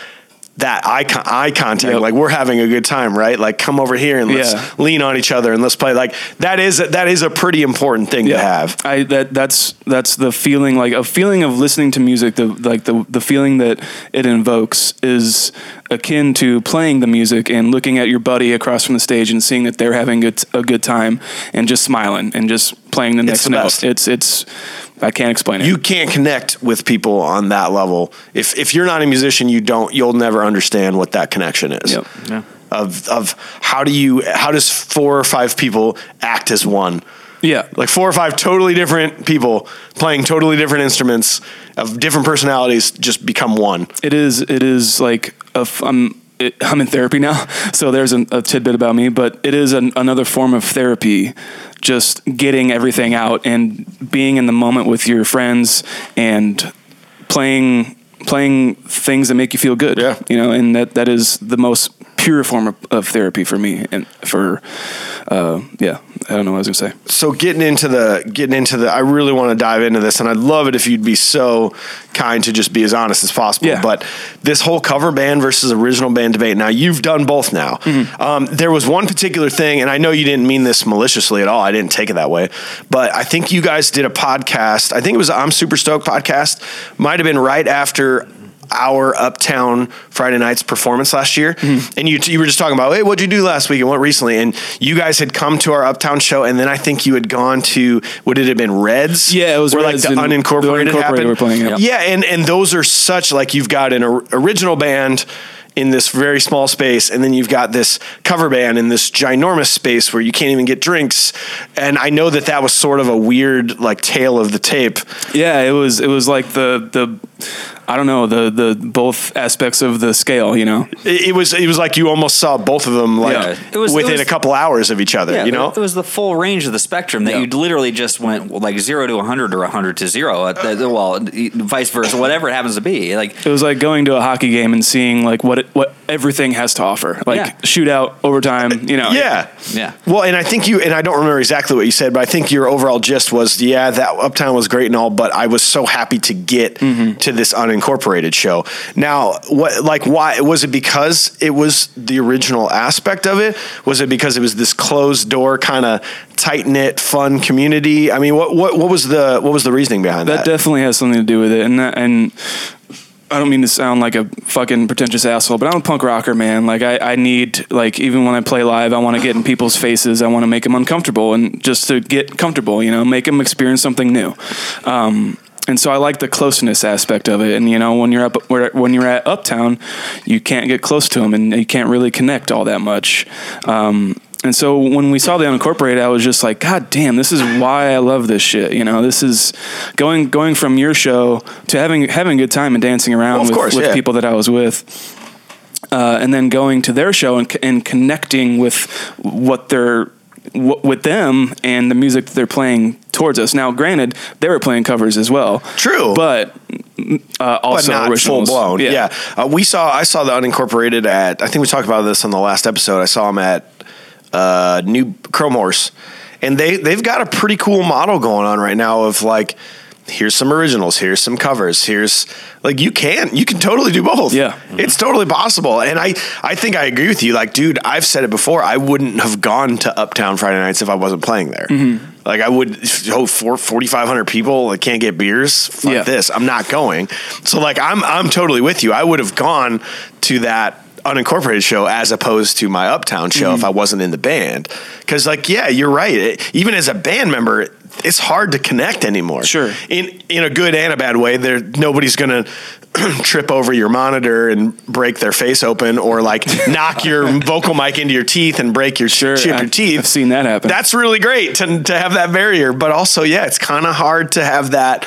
that eye con- eye contact, Yep. like we're having a good time, right? Like come over here and let's Yeah. lean on each other and let's play. Like that is that is a pretty important thing to have. I that that's that's the feeling like a feeling of listening to music. The like the the feeling that it invokes is akin to playing the music and looking at your buddy across from the stage and seeing that they're having good, a good time and just smiling and just playing the next the best. note. It's it's I can't explain it. You can't connect with people on that level. If if you're not a musician, you don't you'll never understand what that connection is. Yep. Yeah. Of of how do you how does four or five people act as one? yeah, like four or five totally different people playing totally different instruments of different personalities just become one. It is. It is like a f- I'm. It, I'm in therapy now, so there's an, a tidbit about me. But it is an, another form of therapy, just getting everything out and being in the moment with your friends and playing playing things that make you feel good. Yeah. you know, and that that is the most pure form of, of therapy for me and for uh, yeah. I don't know what I was gonna say. So getting into the getting into the I really want to dive into this and I'd love it if you'd be so kind to just be as honest as possible. Yeah. But this whole cover band versus original band debate. Now you've done both now. Mm-hmm. Um, there was one particular thing, and I know you didn't mean this maliciously at all. I didn't take it that way. But I think you guys did a podcast. I think it was the I'm Super Stoked podcast. Might have been right after our Uptown Friday night's performance last year, Mm-hmm. and you you were just talking about, hey, what'd you do last week and what recently? And you guys had come to our Uptown show, and then I think you had gone to would it have been Reds? Yeah, it was Where Reds like the and- unincorporated, the unincorporated happened. were playing, yeah. Yeah, and and those are such like you've got an or- original band in this very small space, and then you've got this cover band in this ginormous space where you can't even get drinks. And I know that that was sort of a weird like tail of the tape. Yeah, it was it was like the the I don't know the the both aspects of the scale. You know. It, it was it was like you almost saw both of them like Yeah. It was- it within was- a couple hours of each other. Yeah, you but know, it was the full range of the spectrum that Yeah. you literally just went well, like zero to 100 or 100 to zero. At the, well, vice versa, whatever it happens to be. Like, It was like going to a hockey game and seeing like what it, what everything has to offer, like Yeah. shootout, overtime. You know, Yeah. Yeah. Well, and I think you and I don't remember exactly what you said, but I think your overall gist was, yeah, that Uptown was great and all, but I was so happy to get to this unincorporated show. Now, what like why was it because it was the original aspect of it? Was it because it was this closed door kind of tight knit fun community? I mean, what what what was the what was the reasoning behind that that? definitely has something to do with it. And that, and I don't mean to sound like a fucking pretentious asshole, but I'm a punk rocker, man. Like I, I need like even when I play live, I want to get in people's faces. I want to make them uncomfortable, and just to get comfortable, you know, make them experience something new. Um, and so I like the closeness aspect of it. And you know, when you're up where- when you're at Uptown, you can't get close to them, and you can't really connect all that much. Um, and so when we saw the unincorporated, I was just like, God damn, this is why I love this shit. You know, this is going going from your show to having having a good time and dancing around Well, of with, course, with yeah. people that I was with. Uh, and then going to their show and, c- and connecting with what they're w- with them and the music that they're playing towards us. Now, granted, they were playing covers as well. True. but uh, but also not full originals. blown. Yeah, Uh, we saw. I saw the unincorporated at. I think we talked about this on the last episode. I saw them at uh, New Chrome Horse, and they they've got a pretty cool model going on right now of like. Here's some originals. Here's some covers. Here's like you can you can totally do both. Yeah. it's totally possible. And I I think I agree with you. Like, dude, I've said it before. I wouldn't have gone to Uptown Friday nights if I wasn't playing there. Mm-hmm. Like, I would oh four forty five hundred people that can't get beers. Fuck Yeah. this. I'm not going. So like I'm I'm totally with you. I would have gone to that unincorporated show as opposed to my uptown show Mm-hmm. if I wasn't in the band. Cuz like yeah, you're right. It, even as a band member, it's hard to connect anymore. Sure. In in a good and a bad way, there nobody's going to trip over your monitor and break their face open or like knock your vocal mic into your teeth and break your Sure, chip I've- your teeth I've seen that happen. that's really great to, to have that barrier but also yeah it's kind of hard to have that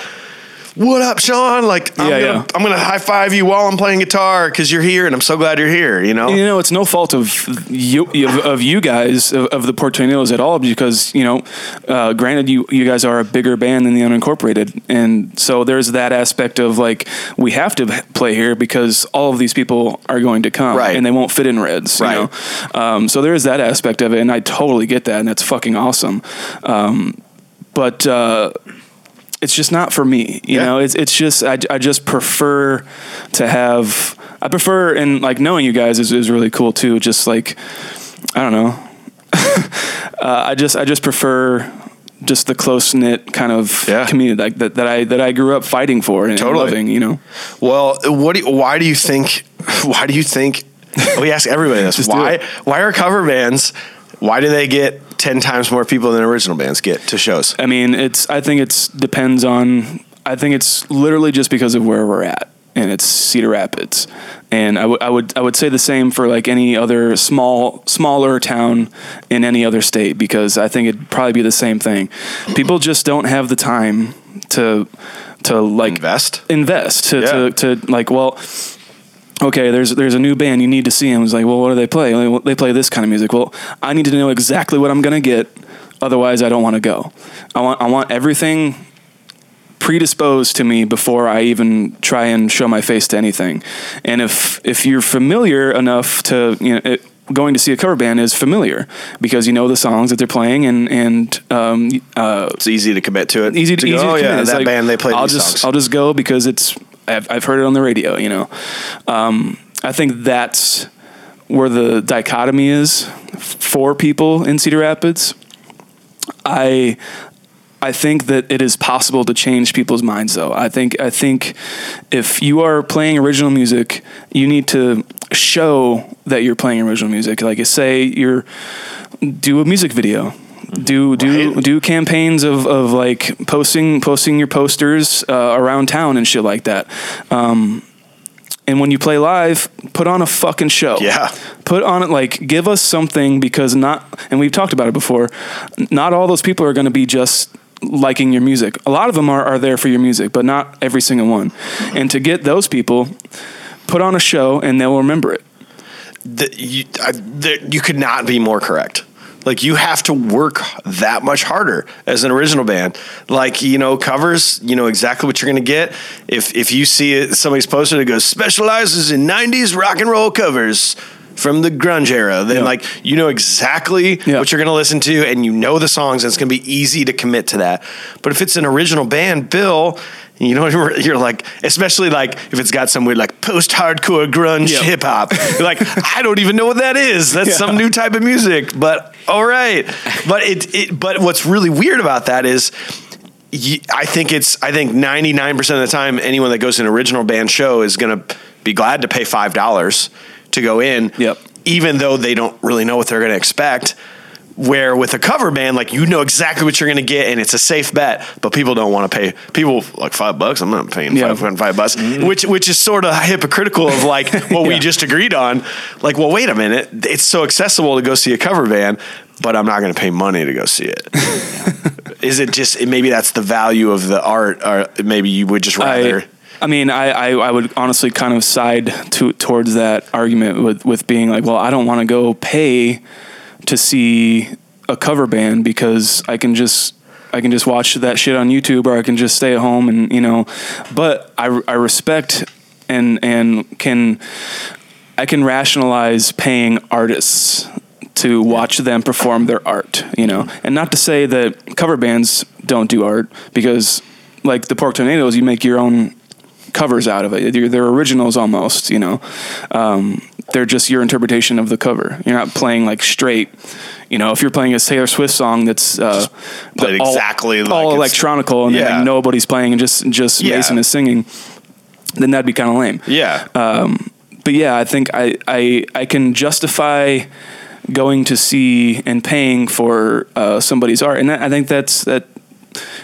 what up sean like i'm Yeah, gonna yeah. i'm gonna high five you while i'm playing guitar because you're here and i'm so glad you're here you know you know, it's no fault of you of, of you guys of, of the Portanolos at all because you know, uh, granted you you guys are a bigger band than the unincorporated, and so there's that aspect of like we have to play here because all of these people are going to come, Right. And they won't fit in Reds, you Right. know? Um, so there is that aspect of it, and I totally get that, and that's fucking awesome. Um, but uh, it's just not for me. You Yeah. know, it's it's just I, I just prefer to have I prefer and like knowing you guys is, is really cool too. Just like I don't know, uh, I just I just prefer just the close knit kind of Yeah. community like that, that I that I grew up fighting for and Totally. loving. You know, well what do you, why do you think why do you think we ask everybody this Just do why it. why are cover bands why do they get 10 times more people than original bands get to shows I mean, it's I think it's depends on I think it's literally just because of where we're at. And it's Cedar Rapids, and I would I would I would say the same for like any other small smaller town in any other state because I think it'd probably be the same thing. People just don't have the time to to like invest invest to, Yeah. to, to like well okay there's there's a new band you need to see him it's like well what do they play they, they play this kind of music well i need to know exactly what i'm going to get otherwise i don't want to go i want i want everything predisposed to me before i even try and show my face to anything and if if you're familiar enough to you know it, going to see a cover band is familiar because you know the songs that they're playing and and um, uh, it's easy to commit to it easy to, go, easy oh to yeah commit. It's that like, band they played I'll these just songs I'll just go because it's I've, I've heard it on the radio. You know, um, I think that's where the dichotomy is for people in Cedar Rapids. I I think that it is possible to change people's minds though. I think I think if you are playing original music, you need to show that you're playing original music. Like say you're do a music video. Do do do campaigns of, of like posting posting your posters uh, around town and shit like that. Um, and when you play live, put on a fucking show. Yeah. Put on it like give us something because not and we've talked about it before. n- Not all those people are going to be just liking your music. A lot of them are are there for your music, but not every single one. And to get those people, put on a show and they'll remember it. that you, I, that you could not be more correct. Like you have to work that much harder as an original band. Like you know covers, you know exactly what you're going to get. If if you see it, somebody's posted it goes specializes in '90s rock and roll covers from the grunge era, then Yeah. like you know exactly Yeah. what you're going to listen to, and you know the songs, and it's going to be easy to commit to that. But if it's an original band, Bill. You know, you're like, especially like if it's got some weird like post-hardcore grunge Yeah. hip hip hop. You're like, I don't even know what that is. That's Yeah. some new type of music, but all right. But it, it but what's really weird about that is y- I think it's I think 99% of the time anyone that goes to an original band show is going to be glad to pay $5 to go in. Yep. Even though they don't really know what they're going to expect. Where with a cover band, like you know exactly what you're going to get, and it's a safe bet. But people don't want to pay. People like five bucks. I'm not paying Yeah. Mm-hmm. five hundred five bucks, which which is sort of hypocritical of like what we Yeah. just agreed on. Like, well, wait a minute, it's so accessible to go see a cover band, but I'm not going to pay money to go see it. is it just it- maybe that's the value of the art, or maybe you would just rather. I, I mean, I, I, I would honestly kind of side to, towards that argument with, with being like, well, I don't want to go pay to see a cover band because I can just I can just watch that shit on YouTube, or I can just stay at home and you know. But I I respect and and can I can rationalize paying artists to watch them perform their art, you know, and not to say that cover bands don't do art because like the Pork Tornadoes, you make your own covers out of it. They're, they're originals almost, you know. Um, they're just your interpretation of the cover. You're not playing like straight. You know, if you're playing a Taylor Swift song that's uh, played all- exactly like all it's- electronical and, Yeah. and nobody's playing and just just Yeah. Mason is singing, then that'd be kind of lame Yeah. but yeah, I think I, I I can justify going to see and paying for uh, somebody's art, and that, I think that's that.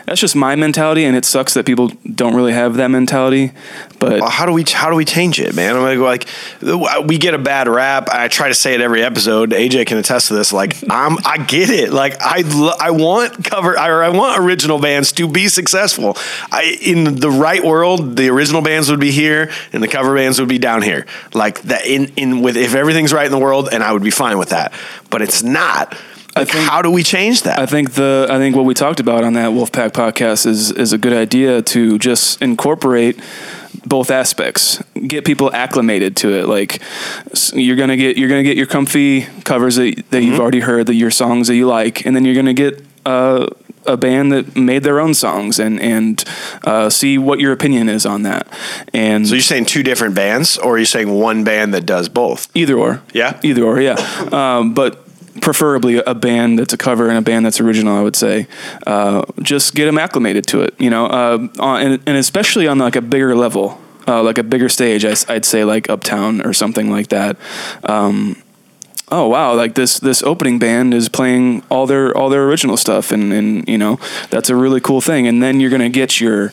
That's just my mentality, and it sucks that people don't really have that mentality. But Well, how do we how do we change it, man? I'm gonna go like we get a bad rap. I try to say it every episode. AJ can attest to this. Like I'm, I get it. Like I, lo- I want cover or I want original bands to be successful. I in the right world, the original bands would be here and the cover bands would be down here. Like that in in with if everything's right in the world, and I would be fine with that. But it's not. Like, think- how do we change that? I think the I think what we talked about on that Wolfpack podcast is is a good idea to just incorporate both aspects. Get people acclimated to it. Like s- you're gonna get you're gonna get your comfy covers that, that you've already heard, that your songs that you like, and then you're gonna get uh, a band that made their own songs and and uh, see what your opinion is on that. And so you're saying two different bands, or are you saying one band that does both? Either or. Yeah? Either or, yeah. Um, but preferably a band that's a cover and a band that's original, I would say. Uh, just get them acclimated to it, you know, uh, on, and, and especially on like a bigger level, uh, like a bigger stage, I, would say like Uptown or something like that. Um, Oh wow! Like this, this opening band is playing all their all their original stuff, and and you know that's a really cool thing. And then you're gonna get your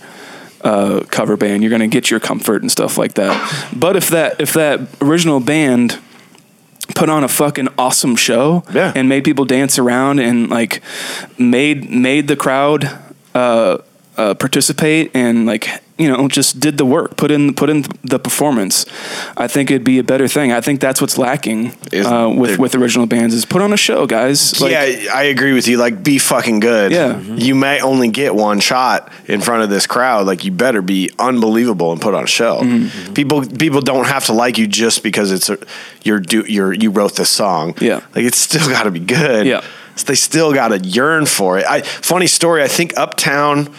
uh, cover band. You're gonna get your comfort and stuff like that. But if that if that original band put on a fucking awesome show Yeah. and made people dance around and like made made the crowd uh, uh, participate and like you know just did the work put in put in the performance i think it'd be a better thing i think that's what's lacking Is- there- uh, with with original bands is put on a show guys like, yeah, I agree with you. Like, be fucking good. Yeah. Mhm. You may only get one shot in front of this crowd. Like, you better be unbelievable and put on a show. Mm-hmm. People, people don't have to like you just because it's a, you're do you're you wrote this song. Yeah. like it's still got to be good. Yeah. So they still got to yearn for it. I funny story. I think Uptown,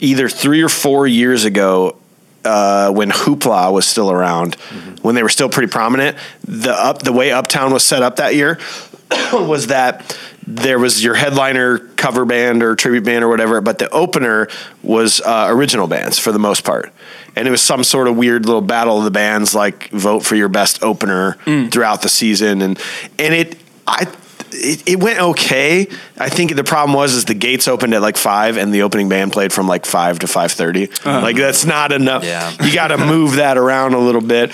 either three or four years ago, uh, when Hoopla was still around, Mm-hmm. when they were still pretty prominent, the up the way Uptown was set up that year was that there was your headliner cover band or tribute band or whatever, but the opener was uh, original bands for the most part, and it was some sort of weird little battle of the bands, like vote for your best opener throughout the season, and and it I. It, it went okay. I think the problem was is the gates opened at like five, and the opening band played from like five to five thirty. Like that's not enough. Yeah. You got to move that around a little bit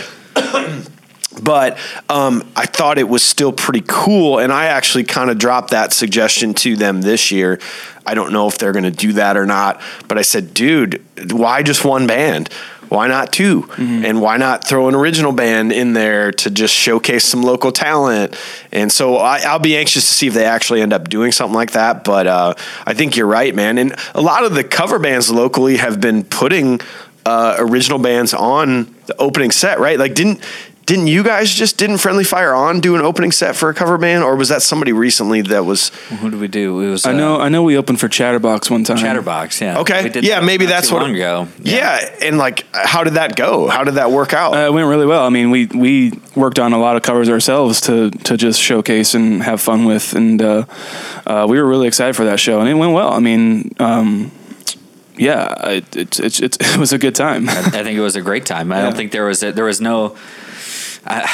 but um, I thought it was still pretty cool, and I actually kind of dropped that suggestion to them this year. I don't know if they're going to do that or not, but I said, dude, why just one band? Why not 2 And why not throw an original band in there to just showcase some local talent? And so I, I'll be anxious to see if they actually end up doing something like that. But uh, I think you're right, man. And a lot of the cover bands locally have been putting uh, original bands on the opening set, right? Like, didn't didn't you guys just didn't Friendly Fire on do an opening set for a cover band, or was that somebody recently that was Who did we do? It was i uh, know i know we opened for chatterbox one time Chatterbox. Yeah. okay? We did yeah, that maybe not that's too what. long ago. Yeah. and like, how did that go? How did that work out? Uh, it went really well. I mean, we we worked on a lot of covers ourselves to to just showcase and have fun with, and uh, uh, we were really excited for that show, and it went well. I mean, um, yeah, it, it, it, it, it was a good time. I think it was a great time. I Yeah. don't think there was a, there was no uh,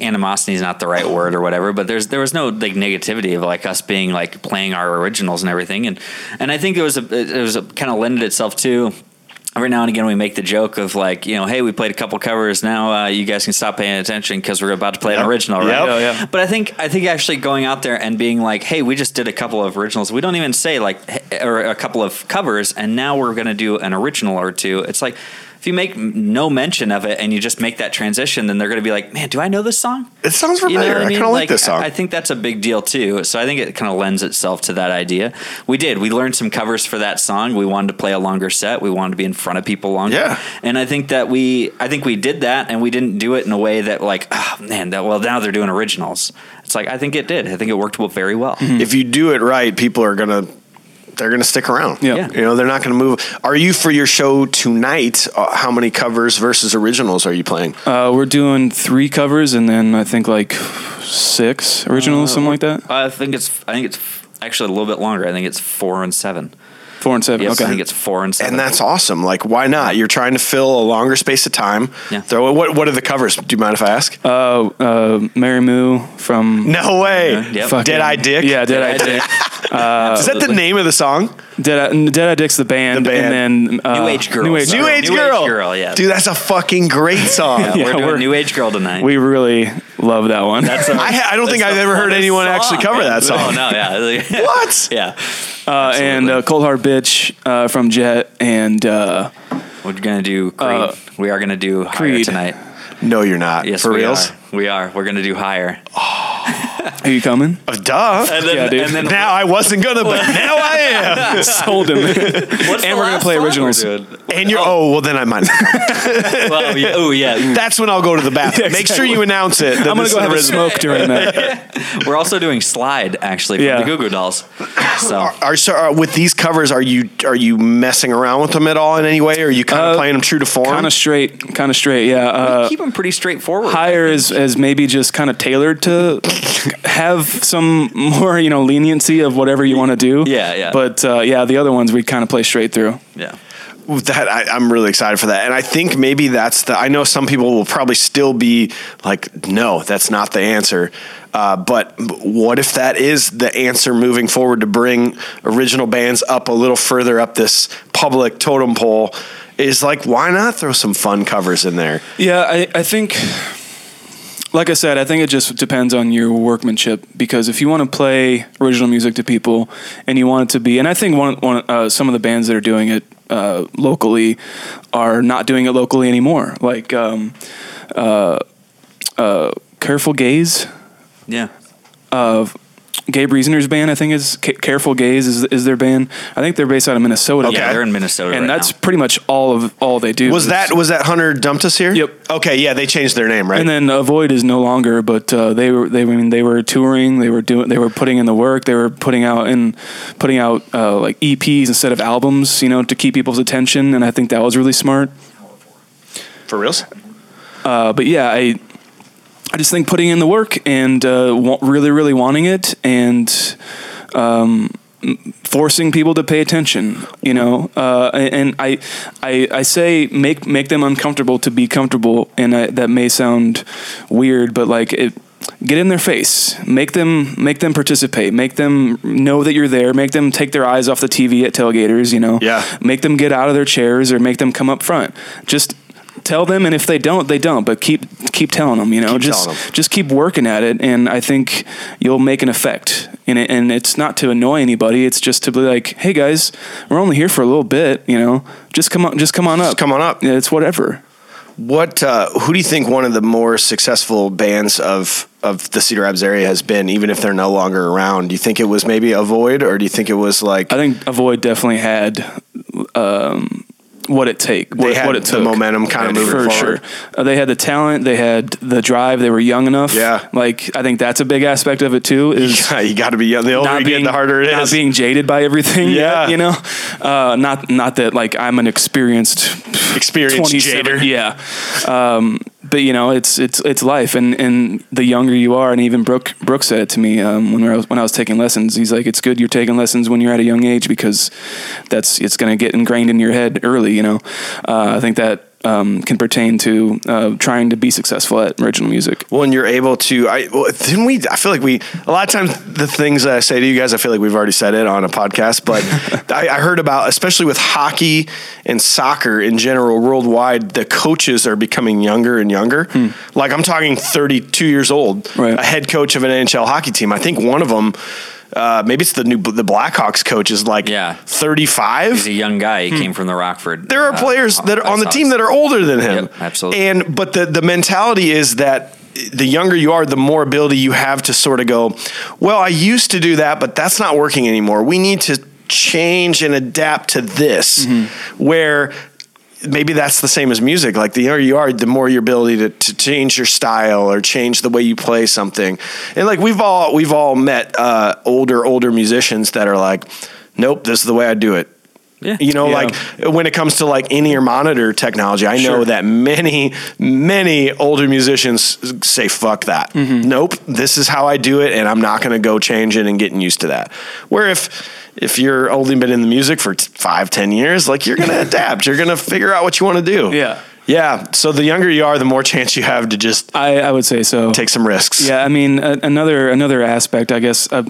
animosity is not the right word or whatever, but there's there was no like negativity of like us being like playing our originals and everything, and and I think it was a it was a, kind of lended itself to. Every now and again, we make the joke of like, you know, hey, we played a couple covers. Now uh, you guys can stop paying attention because we're about to play an Yep. original, right? Yep. Yeah, yeah. But I think I think actually going out there and being like, "Hey, we just did a couple of originals. We don't even eh, say like h- or a couple of covers, and now we're going to do an original or two. It's like if you make m- no mention of it and you just make that transition, then they're going to be like, man, do I know this song? It sounds You familiar. know what I, I mean? kind of like, this song. I think that's a big deal too. So I think it kind of lends itself to that idea. We did. We learned some covers for that song. We wanted to play a longer set. We wanted to be in front of people longer. Yeah. And I think that we, I think we did that, and we didn't do it in a way that like, oh man, that well now they're doing originals. It's like I think it did. I think it worked well, very well. if you do it right, people are gonna they're gonna stick around. Yeah. Yeah. you know they're not gonna move. Are you for your show tonight? Uh, how many covers versus originals are you playing? Uh, we're doing three covers and then I think like six originals, something like that. I think it's. I think it's actually a little bit longer. I think it's four and seven. Four and seven. Yes, I okay. think it's four and seven. And that's awesome. Like, why not? You're trying to fill a longer space of time. Yeah. So, what what are the covers? Do you mind if I ask? uh, uh, Mary Moo from no way. Yep. fucking- Dead Eye Dick. Yeah, Dead Eye I Dick. did. Is that the Absolutely. name of the song? Dead Eye, Dead Eye Dick's the band, The band. and then uh, New Age Girls. New Age. New New Girls. Age New Age Girl. Girl, yeah. Dude, that's a fucking great song. we're doing we're- New Age Girl tonight. We really love that one. That's a- I, ha- I don't think that's I've the ever heard funnest anyone song, actually cover man. that song. Oh no, yeah, What? yeah. uh, and uh, Cold Hard Bitch uh, from Jet and uh, We're gonna do Creed. Uh, we are gonna do higher Creed. tonight. No, you're not. Yes, For we reals? Are. We are. We're gonna do higher. Are You Coming? Uh, duh. And then, Yeah, dude. And then now I wasn't gonna, but now I am. Sold him. what's the and we're gonna last play song we're originals. doing? And you're oh, well then I might. Well, yeah, oh yeah. ooh. That's when I'll go to the bathroom. Make sure you announce it. that I'm gonna this go is have a original. smoke during that. We're also doing Slide actually from Yeah. the Goo Goo Dolls. So Are, are, so, are with these covers? Are you are you messing around with them at all in any way? Are you kind of Uh, playing them true to form? kind of straight, kind of straight. Yeah. Uh, keep them pretty straightforward. higher is, is maybe just kind of tailored to have some more you know leniency of whatever you want to do. Yeah, yeah. But uh, yeah, the other ones we kind of play straight through. Yeah. that I, I'm really excited for that, and I think maybe that's the. I know some people will probably still be like, "No, that's not the answer." Uh, but what if that is the answer moving forward to bring original bands up a little further up this public totem pole? Is like, why not throw some fun covers in there? Yeah, I, I think, like I said, I think it just depends on your workmanship because if you want to play original music to people and you want it to be, and I think one, one uh, some of the bands that are doing it uh, locally are not doing it locally anymore. Like, um, uh, uh, Careful Gaze, Yeah. Gabe Reasoner's band, I think is Ca Careful Gaze is is their band. I think they're based out of Minnesota. Okay. Yeah, they're in Minnesota. And right that's now. pretty much all of all they do. Was is- that was that Hunter dumped us here? Yep. Okay, yeah, they changed their name, right? And then Avoid is no longer, but uh, they were they I mean they were touring, they were doing they were putting in the work, they were putting out and putting out uh, like EPs instead of albums, you know, to keep people's attention, and I think that was really smart. for reals? Uh, but yeah, I I just think putting in the work and uh, wa- really really wanting it and. Um, m- forcing people to pay attention, you know, uh, and I, I, I say make make them uncomfortable to be comfortable, and I, that may sound weird, but like it, get in their face, make them make them participate, make them know that you're there, make them take their eyes off the TV at tailgaters, you know, Yeah. make them get out of their chairs or make them come up front. Just tell them, and if they don't, they don't. But keep keep telling them, you know, Keep just telling 'em. just keep working at it, and I think you'll make an effect. And it, and it's not to annoy anybody; it's just to be like, hey guys, we're only here for a little bit, you know. Just come on, just come on up, come on up. Yeah, it's whatever. What? Uh, who do you think one of the more successful bands of of the Cedar Rapids area has been, even if they're no longer around? Do you think it was maybe Avoid, or do you think it was like I think Avoid definitely had um, what it take. What, They had what it the took. momentum kinda moving for forward. sure. Uh, they had the talent. They had the drive. They were young enough. Yeah. like I think that's a big aspect of it too. Is you got to be young? The older not you being get, the harder it not is. being jaded by everything. Yeah. yet, you know, uh, not not that like I'm an experienced Experience 27 jader. yeah um, but you know it's it's it's life and and the younger you are and even brooke brooke said it to me um, when I was, when i was taking lessons he's like it's good you're taking lessons when you're at a young age because that's it's going to get ingrained in your head early you know uh, i think that um, can pertain to uh, trying to be successful at original music when you're able to i well, then we i feel like we a lot of times the things that i say to you guys i feel like we've already said it on a podcast but I, I heard about especially with hockey and soccer in general worldwide the coaches are becoming younger and younger like i'm talking 32 years old Right. a head coach of an nhl hockey team i think one of them uh, maybe it's the new the Blackhawks coach is like Yeah. 35. He's a young guy. He came from the Rockford. Hmm. there are uh, players that are on the Blackhawks. team that are older than him. Yep, absolutely. And but the the mentality is that the younger you are, the more ability you have to sort of go, well, I used to do that, but that's not working anymore. We need to change and adapt to this. Mm-hmm. Where maybe that's the same as music. Like the younger you are, the more your ability to, to change your style or change the way you play something. And like we've all we've all met uh, older older musicians that are like, nope, this is the way I do it. Yeah. You know, Yeah. like when it comes to like in ear monitor technology, I know Sure. that many, many older musicians say, fuck that. Mm-hmm. Nope, this is how I do it, and I'm not going to go change it and getting used to that. Where if, if you're only been in the music for t- five, ten years, like you're going to adapt, you're going to figure out what you want to do. Yeah. Yeah. So the younger you are, the more chance you have to just I, I would say so. take some risks. Yeah, I mean a, another another aspect, I guess. A,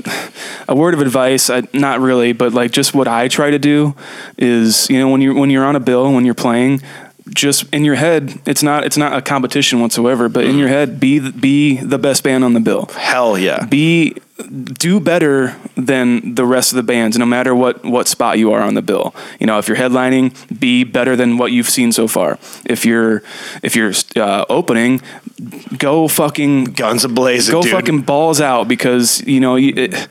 a word of advice, I, not really, but like just what I try to do is, you know, when you're when you're on a bill, when you're playing, just in your head, it's not it's not a competition whatsoever, but in your head, be th- be the best band on the bill. Hell yeah. Be do better than the rest of the bands, no matter what what spot you are on the bill. You know, if you're headlining, be better than what you've seen so far. If you're if you're uh, opening, go fucking Guns ablaze. go dude. fucking balls out because you know you- it,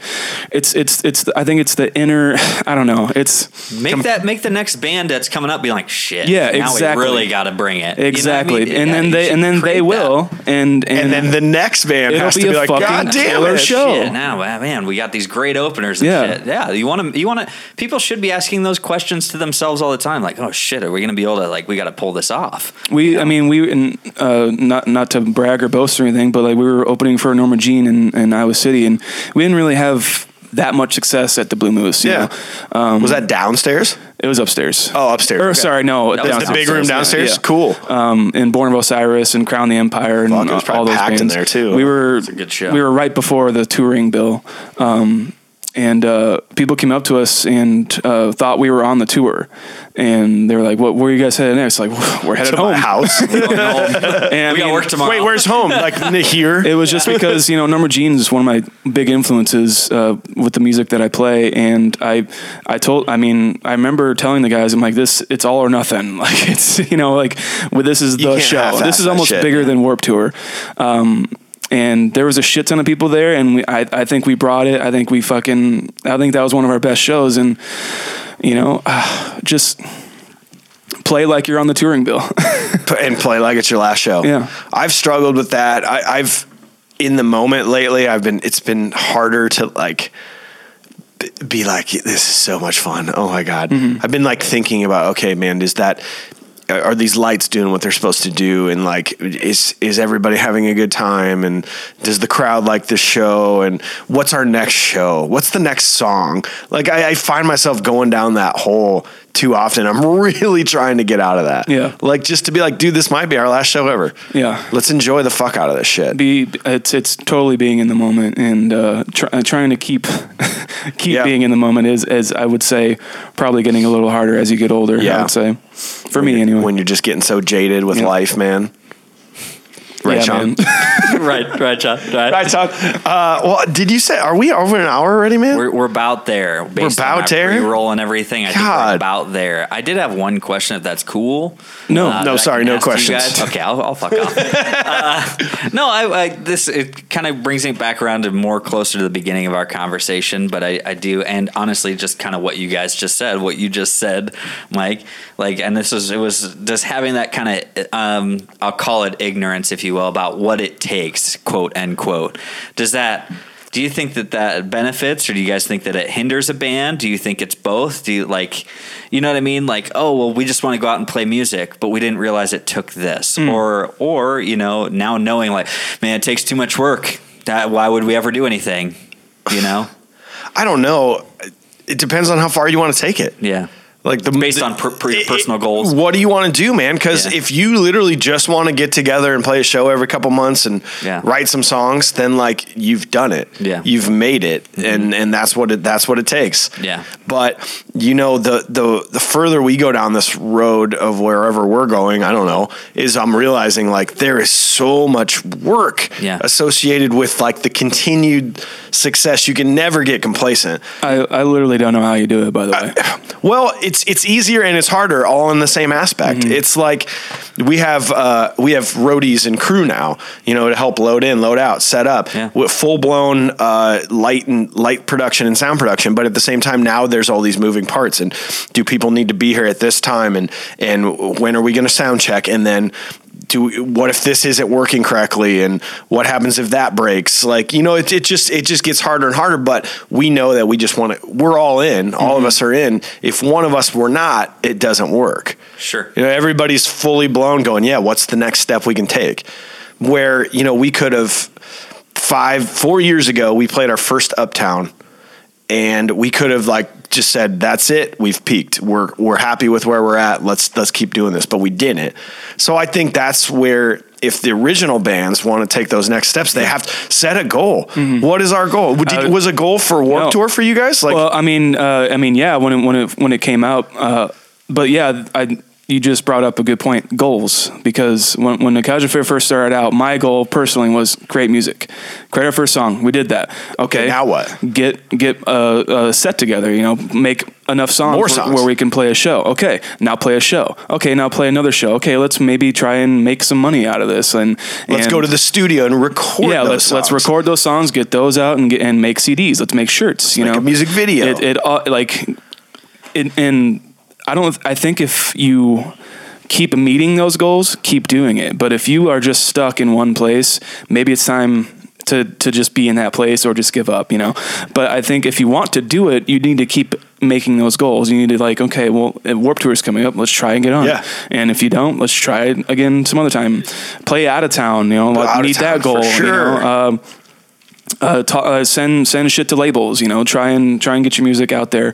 it's it's it's I think it's the inner I don't know it's Make that make the next band that's coming up be like shit. Yeah, now exactly. we really got to bring it. You know what I exactly mean? and Yeah, then you they should and then create they that. will and and, And then the next band It'll has be to be a like, fucking God damn killer it. show. Oh, Shit, now, wow, man, we got these great openers and Yeah. shit. Yeah, you want to, you want to. People should be asking those questions to themselves all the time. Like, oh shit, are we going to be able to like? We got to pull this off. we I mean we and uh, not not to brag or boast or anything but like we were opening for Norma Jean in, in Iowa City and we didn't really have that much success at the Blue Moose you Yeah. know? Um, was that downstairs? it was upstairs Oh, upstairs. or Okay. sorry no That was the big room yeah, downstairs. yeah. Cool. um, in Born of Osiris and Crown the Empire and Fuck, it was probably all those packed bands. in there, too. We were a good show. we were right before the touring bill, um, and uh, people came up to us and uh, thought we were on the tour, and they were like, "What? Where are you guys headed next?" Like, we're headed to home. my house. Oh, no. And, we I got mean, work tomorrow. Wait, where's home? Like n- here. It was just because you know Norma Jean is one of my big influences uh, with the music that I play, and I, I told, I mean, I remember telling the guys, I'm like, this, it's all or nothing. Like it's, you know, like well, this is the can't show. half-ass This is that almost shit. bigger than Warp Tour. Um, and there was a shit ton of people there, and we, I, I think we brought it. I think we fucking, I think that was one of our best shows, and you know, just play like you're on the touring bill. P- and play like it's your last show. Yeah. I've struggled with that. I, I've in the moment lately. I've been. It's been harder to like b- be like this is so much fun. Oh my god. Mm-hmm. I've been like thinking about okay, man, is that are these lights doing what they're supposed to do and like is is everybody having a good time and does the crowd like this show and what's our next show what's the next song like I, I find myself going down that hole too often i'm really trying to get out of that Yeah. like just to be like, dude, this might be our last show ever. Yeah. let's enjoy the fuck out of this shit. be it's it's totally being in the moment and uh, tr- uh, trying to keep keep Yeah. being in the moment is as I would say probably getting a little harder as you get older. Yeah. I would say for me anyway. When you're just getting so jaded with Yeah. life, man. Right, Yeah, Sean. man. right, right, John. Right. right, Sean. Uh, well, did you say are we over an hour already, man? We're, we're about there. Based on about our there? Pre-roll and everything. I think God. we're about there. I did have one question. If that's cool. Uh, No. No, that I sorry, can no ask you questions. guys. Okay, I'll, I'll fuck off. Uh, no, I, I this it kind of brings it back around to more closer to the beginning of our conversation. But I, I do, and honestly, just kind of what you guys just said, what you just said, Mike. Like, and this was it was just having that kind of um, I'll call it ignorance, if you will, about what it takes, quote end quote. Does that do you think that that benefits or do you guys think that it hinders a band do you think it's both do you like you know what i mean like oh well we just want to go out and play music but we didn't realize it took this or or you know now knowing like man it takes too much work that why would we ever do anything you know I don't know. It depends on how far you want to take it. yeah Like the based on per, per- it- personal it- goals. What do you want to do, man? Because Yeah. if you literally just want to get together and play a show every couple months and Yeah. write some songs, then like you've done it. Yeah. Mm-hmm. you've made it, and and that's what it that's what it takes. Yeah. but you know the the the further we go down this road of wherever we're going, I don't know, is I'm realizing like there is so much work Yeah. associated with like the continued success. You can never get complacent. I, I literally don't know how you do it, by the way. Well, it's it's easier and it's harder, all in the same aspect. It's like we have uh, we have roadies and crew now, you know, to help load in, load out, set up Yeah. with full blown uh, light and light production and sound production. But at the same time, now there's all these moving parts, and do people need to be here at this time, and and when are we going to sound check, and then. Do, what if this isn't working correctly and what happens if that breaks like you know it, it just it just gets harder and harder but we know that we just want to we're all in all of us are in if one of us were not it doesn't work Sure. you know, everybody's fully blown going, yeah, what's the next step we can take? Where, you know, we could have five, four years ago, we played our first uptown and we could have like just said, that's it. We've peaked. We're, we're happy with where we're at. Let's, let's keep doing this. But we didn't. So I think that's where, if the original bands want to take those next steps, they have to set a goal. What is our goal? Did, was a goal for Warped Mm-hmm. Uh, no. Tour for you guys? Like, well, I mean, uh, I mean, yeah, when it, when it when it came out, uh, but yeah, I you just brought up a good point. Goals, because when when Nakaja Fair first started out, my goal personally was create music, create our first song. We did that. Okay, now what? Get get a, a set together. You know, make enough songs, More where- songs. where we can play a show. Okay, now play a show. Okay, now play another show. Okay, let's maybe try and make some money out of this. And let's and- go to the studio and record. yeah, those let's let's songs. record those songs, get those out, and get, and make CDs. Let's make shirts. You Make know, a music video. It, it all like, it, and I don't. I think if you keep meeting those goals, keep doing it. But if you are just stuck in one place, maybe it's time. To, to just be in that place or just give up, you know. But I think if you want to do it, you need to keep making those goals. You need to like, okay, well, Warp Tour is coming up. Let's try and get on. Yeah. And if you don't, let's try it again some other time. Play out of town, you know. Out Like, of meet town, that for goal. You know? sure. Um, uh, ta uh, send send shit to labels. You know, try and try and get your music out there.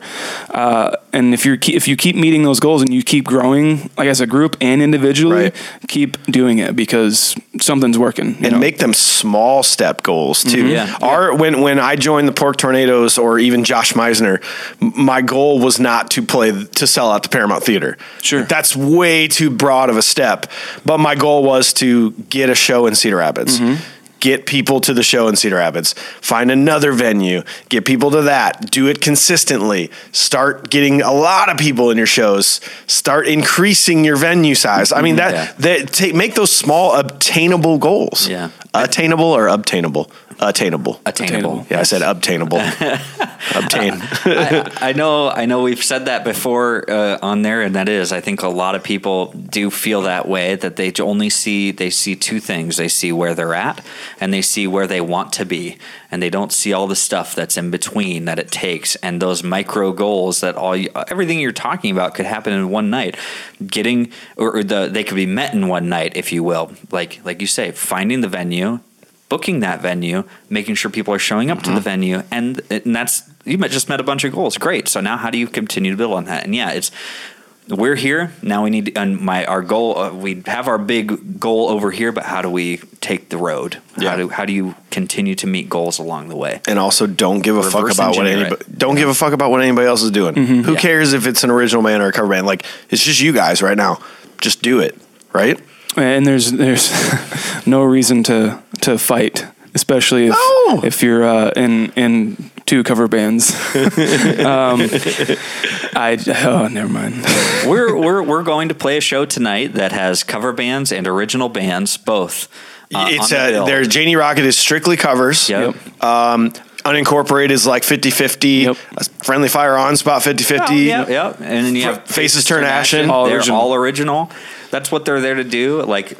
Uh, and if you're ke- if you keep meeting those goals and you keep growing, like as a group and individually, Right. keep doing it because something's working. you and know? make them small step goals too. Mm-hmm. Yeah. Our when when I joined the Pork Tornadoes or even Josh Meisner, m- my goal was not to play to sell out the Paramount Theater. Sure. that's way too broad of a step. But my goal was to get a show in Cedar Rapids. Mm-hmm. Get people to the show in Cedar Rapids. Find another venue. Get people to that. Do it consistently. Start getting a lot of people in your shows. Start increasing your venue size. I mean that Mm-hmm. Yeah. that take make those small obtainable goals. Yeah. Attainable or obtainable? Attainable. Attainable. Yeah, I said obtainable. Obtain. I, I know, I know. We've said that before uh, on there, and that is, I think a lot of people do feel that way. That they only see they see two things: they see where they're at, and they see where they want to be, and they don't see all the stuff that's in between that it takes, and those micro goals that all you, everything you're talking about could happen in one night. Getting or, or the they could be met in one night, if you will. Like like you say, finding the venue, booking that venue, making sure people are showing up to Mm-hmm. the venue, and and that's you met, just met a bunch of goals. Great. So now how do you continue to build on that? And yeah, it's we're here now. We need and my our goal. Uh, we have our big goal over here, but how do we take the road? Yeah. How do how do you continue to meet goals along the way? And also, don't give a fuck Reverse about what engineer it. Mm-hmm. anybody. Don't give a fuck about what anybody else is doing. Who Yeah. cares if it's an original band or a cover band? Like it's just you guys right now. Just do it. Right. and there's there's no reason to to fight, especially if No. if you're uh, in in two cover bands. um, I oh never mind. we're we're we're going to play a show tonight that has cover bands and original bands both. uh, it's on the uh bill. their Janie Rocket is strictly covers. Yep. Um, unincorporated is like 50 50. Yep. Friendly Fire on spot 50 50. Oh, Yeah, yeah. And then you have Faces Turn Ashen. All they're original. all original. That's what they're there to do. Like,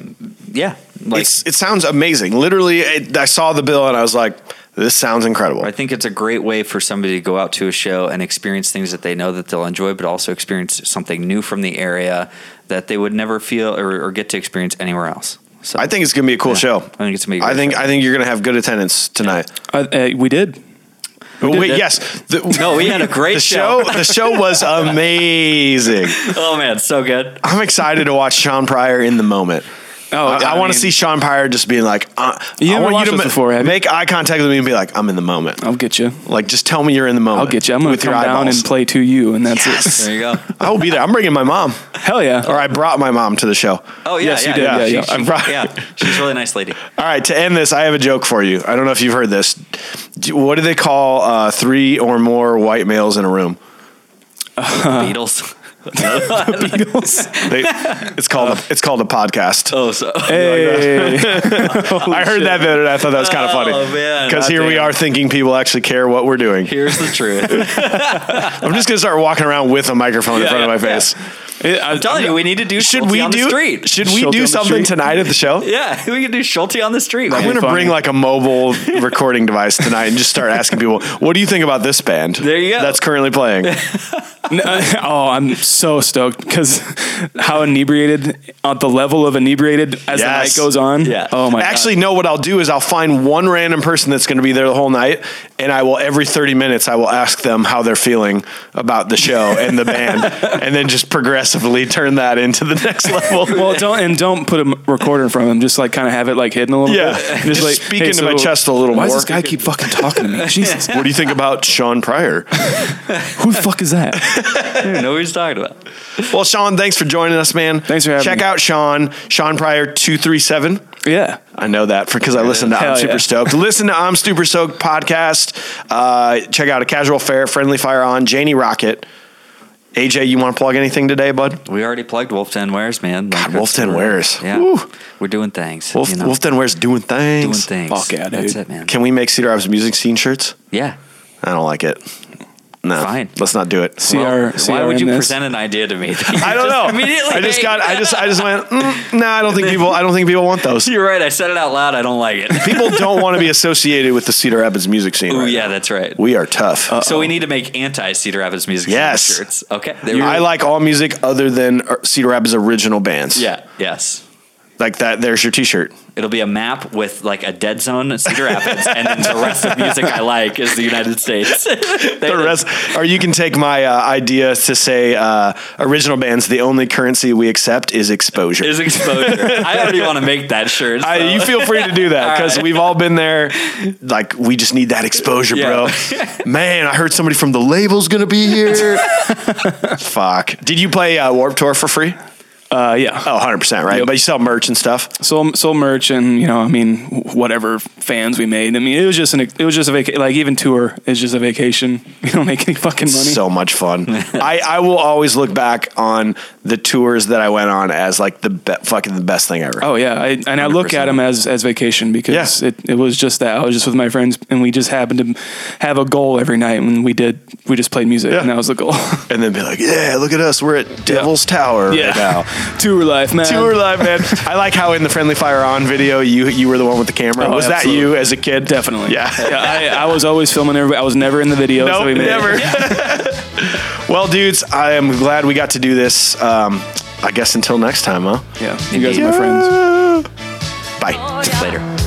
yeah, like it's, it sounds amazing. Literally, it, I saw the bill and I was like, this sounds incredible. I think it's a great way for somebody to go out to a show and experience things that they know that they'll enjoy, but also experience something new from the area that they would never feel or, or get to experience anywhere else. So I think it's gonna be a cool Yeah. show. I think it's gonna be a I great think show. I think you're gonna have good attendance tonight. I, uh, we uh, did. Oh, did wait, that? yes. The, No, we had a great the show. show. The show was amazing. Oh man, so good. I'm excited to watch Sean Pryor in the moment. Oh, I, yeah, I want mean, to see Sean Pryor just being like, uh, I You haven't want watched you to this before, have you? make eye contact with me and be like, I'm in the moment. I'll get you. Like, just tell me you're in the moment. I'll get you. I'm gonna with your come down eyeballs. and play to you, and that's There you go. I will be there. I'm bringing my mom, it. Hell yeah! or I brought my mom to the show. Oh yeah, Yes, you yeah, did. Yeah, She- yeah. she- I'm proud. yeah. She's a really nice lady. All right, to end this, I have a joke for you. I don't know if you've heard this. Do, what do they call uh, three or more white males in a room? Beatles. They, it's called a, it's called a podcast. Uh, Oh, so Hey, I heard that the other day. I thought that was kind of funny. Oh, man. Because here we Goddamn. are thinking people actually care what we're doing. here's the truth. I'm just gonna start walking around with a microphone in Yeah, front of my yeah, face. It- I- I'm telling you, we need to do Should Schulte we on do? the street. Should we Schulte on do the something street? tonight at the show? Yeah, we can do Schulte on the street. I'm man. gonna funny. bring like a mobile recording device tonight and just start asking people, "What do you think about this band?" There you go. That's currently playing. N- uh, oh, I'm so stoked because how inebriated at the level of inebriated as Yes. the night goes on. Yeah. Oh my. Actually, no. What I'll do is I'll find one random person that's going to be there the whole night, and I will every 30 minutes I will ask them how they're feeling about the show and the band, and then just progressively turn that into the next level. God. Well, don't and don't put a m- recorder in front of him. Just like kind of have it like hidden a little Yeah. bit. And Just speak into my chest a little Why more." does this guy keep fucking talking to me? Jesus, what do you think about Sean Pryor? who the fuck is that? I don't know what he's talking about. Well, Sean, thanks for joining us, man. Thanks for having Check me. out Sean, Sean Pryor 237. Yeah. I know that because I listen to Hell I'm yeah. Super Stoked. Listen to I'm Super Stoked podcast. Uh, check out a casual fair, friendly fire on Janie Rocket. AJ, you want to plug anything today, bud? We already plugged Wolfden Wares, man. Like, God, Wolf that's- 10 Wears. Yeah, Woo. we're doing things. Wolf, you know, Wolf 10 Wears doing doing things. things. Fuck yeah, That's dude. it, man. Can we make Cedar Rapids music scene shirts? yeah. I don't like it. No, Fine. let's not do it. See our. see Why our would you in this? present an idea to me? that you I don't just know. Immediately, I just hate? got. I just. I just went. Mm, nah, I don't think people. I don't think people want those. You're right. I said it out loud. I don't like it. People don't want to be associated with the Cedar Rapids music scene. Oh right yeah, now. that's right. we are tough. so we need to make anti Cedar Rapids music Yes. shirts. Okay. There we I go. like all music other than uh, Cedar Rapids original bands. Yeah. Yes. like that. There's your T-shirt. It'll be a map with like a dead zone at Cedar Rapids, and then the rest of music I like is the United States. The rest, or you can take my uh, idea to say uh, original bands. The only currency we accept is exposure. is exposure. I already want to make that shirt. I, so- you feel free to do that because we've all been there. Like we just need that exposure, bro. Man, I heard somebody from the label's gonna be here. Fuck. Did you play uh, Warp Tour for free? Uh, yeah. Oh, 100 percent, right? Yep. But you sell merch and stuff. soul soul merch and you know I mean whatever fans we made. I mean it was just an it was just a vaca- like even tour is just a vacation. We don't make any fucking money. So much fun. I, I will always look back on the tours that I went on as like the be- fucking the best thing ever. oh yeah, I, and I look 100%. at them as as vacation because Yeah. it, it was just that I was just with my friends and we just happened to have a goal every night and we did we just played music Yeah. and that was the goal. And then be like, yeah, look at us. We're at Devil's Tower right now. tour life man. Tour live, man. I like how in the Friendly Fire On video, you you were the one with the camera. Oh, was absolutely. that you as a kid? Definitely. Yeah. yeah I, I was always filming everybody. I was never in the videos. that Nope, we made. never. well, dudes, I am glad we got to do this. Um, I guess until next time, huh? Yeah. You guys are my friends. Bye. Later.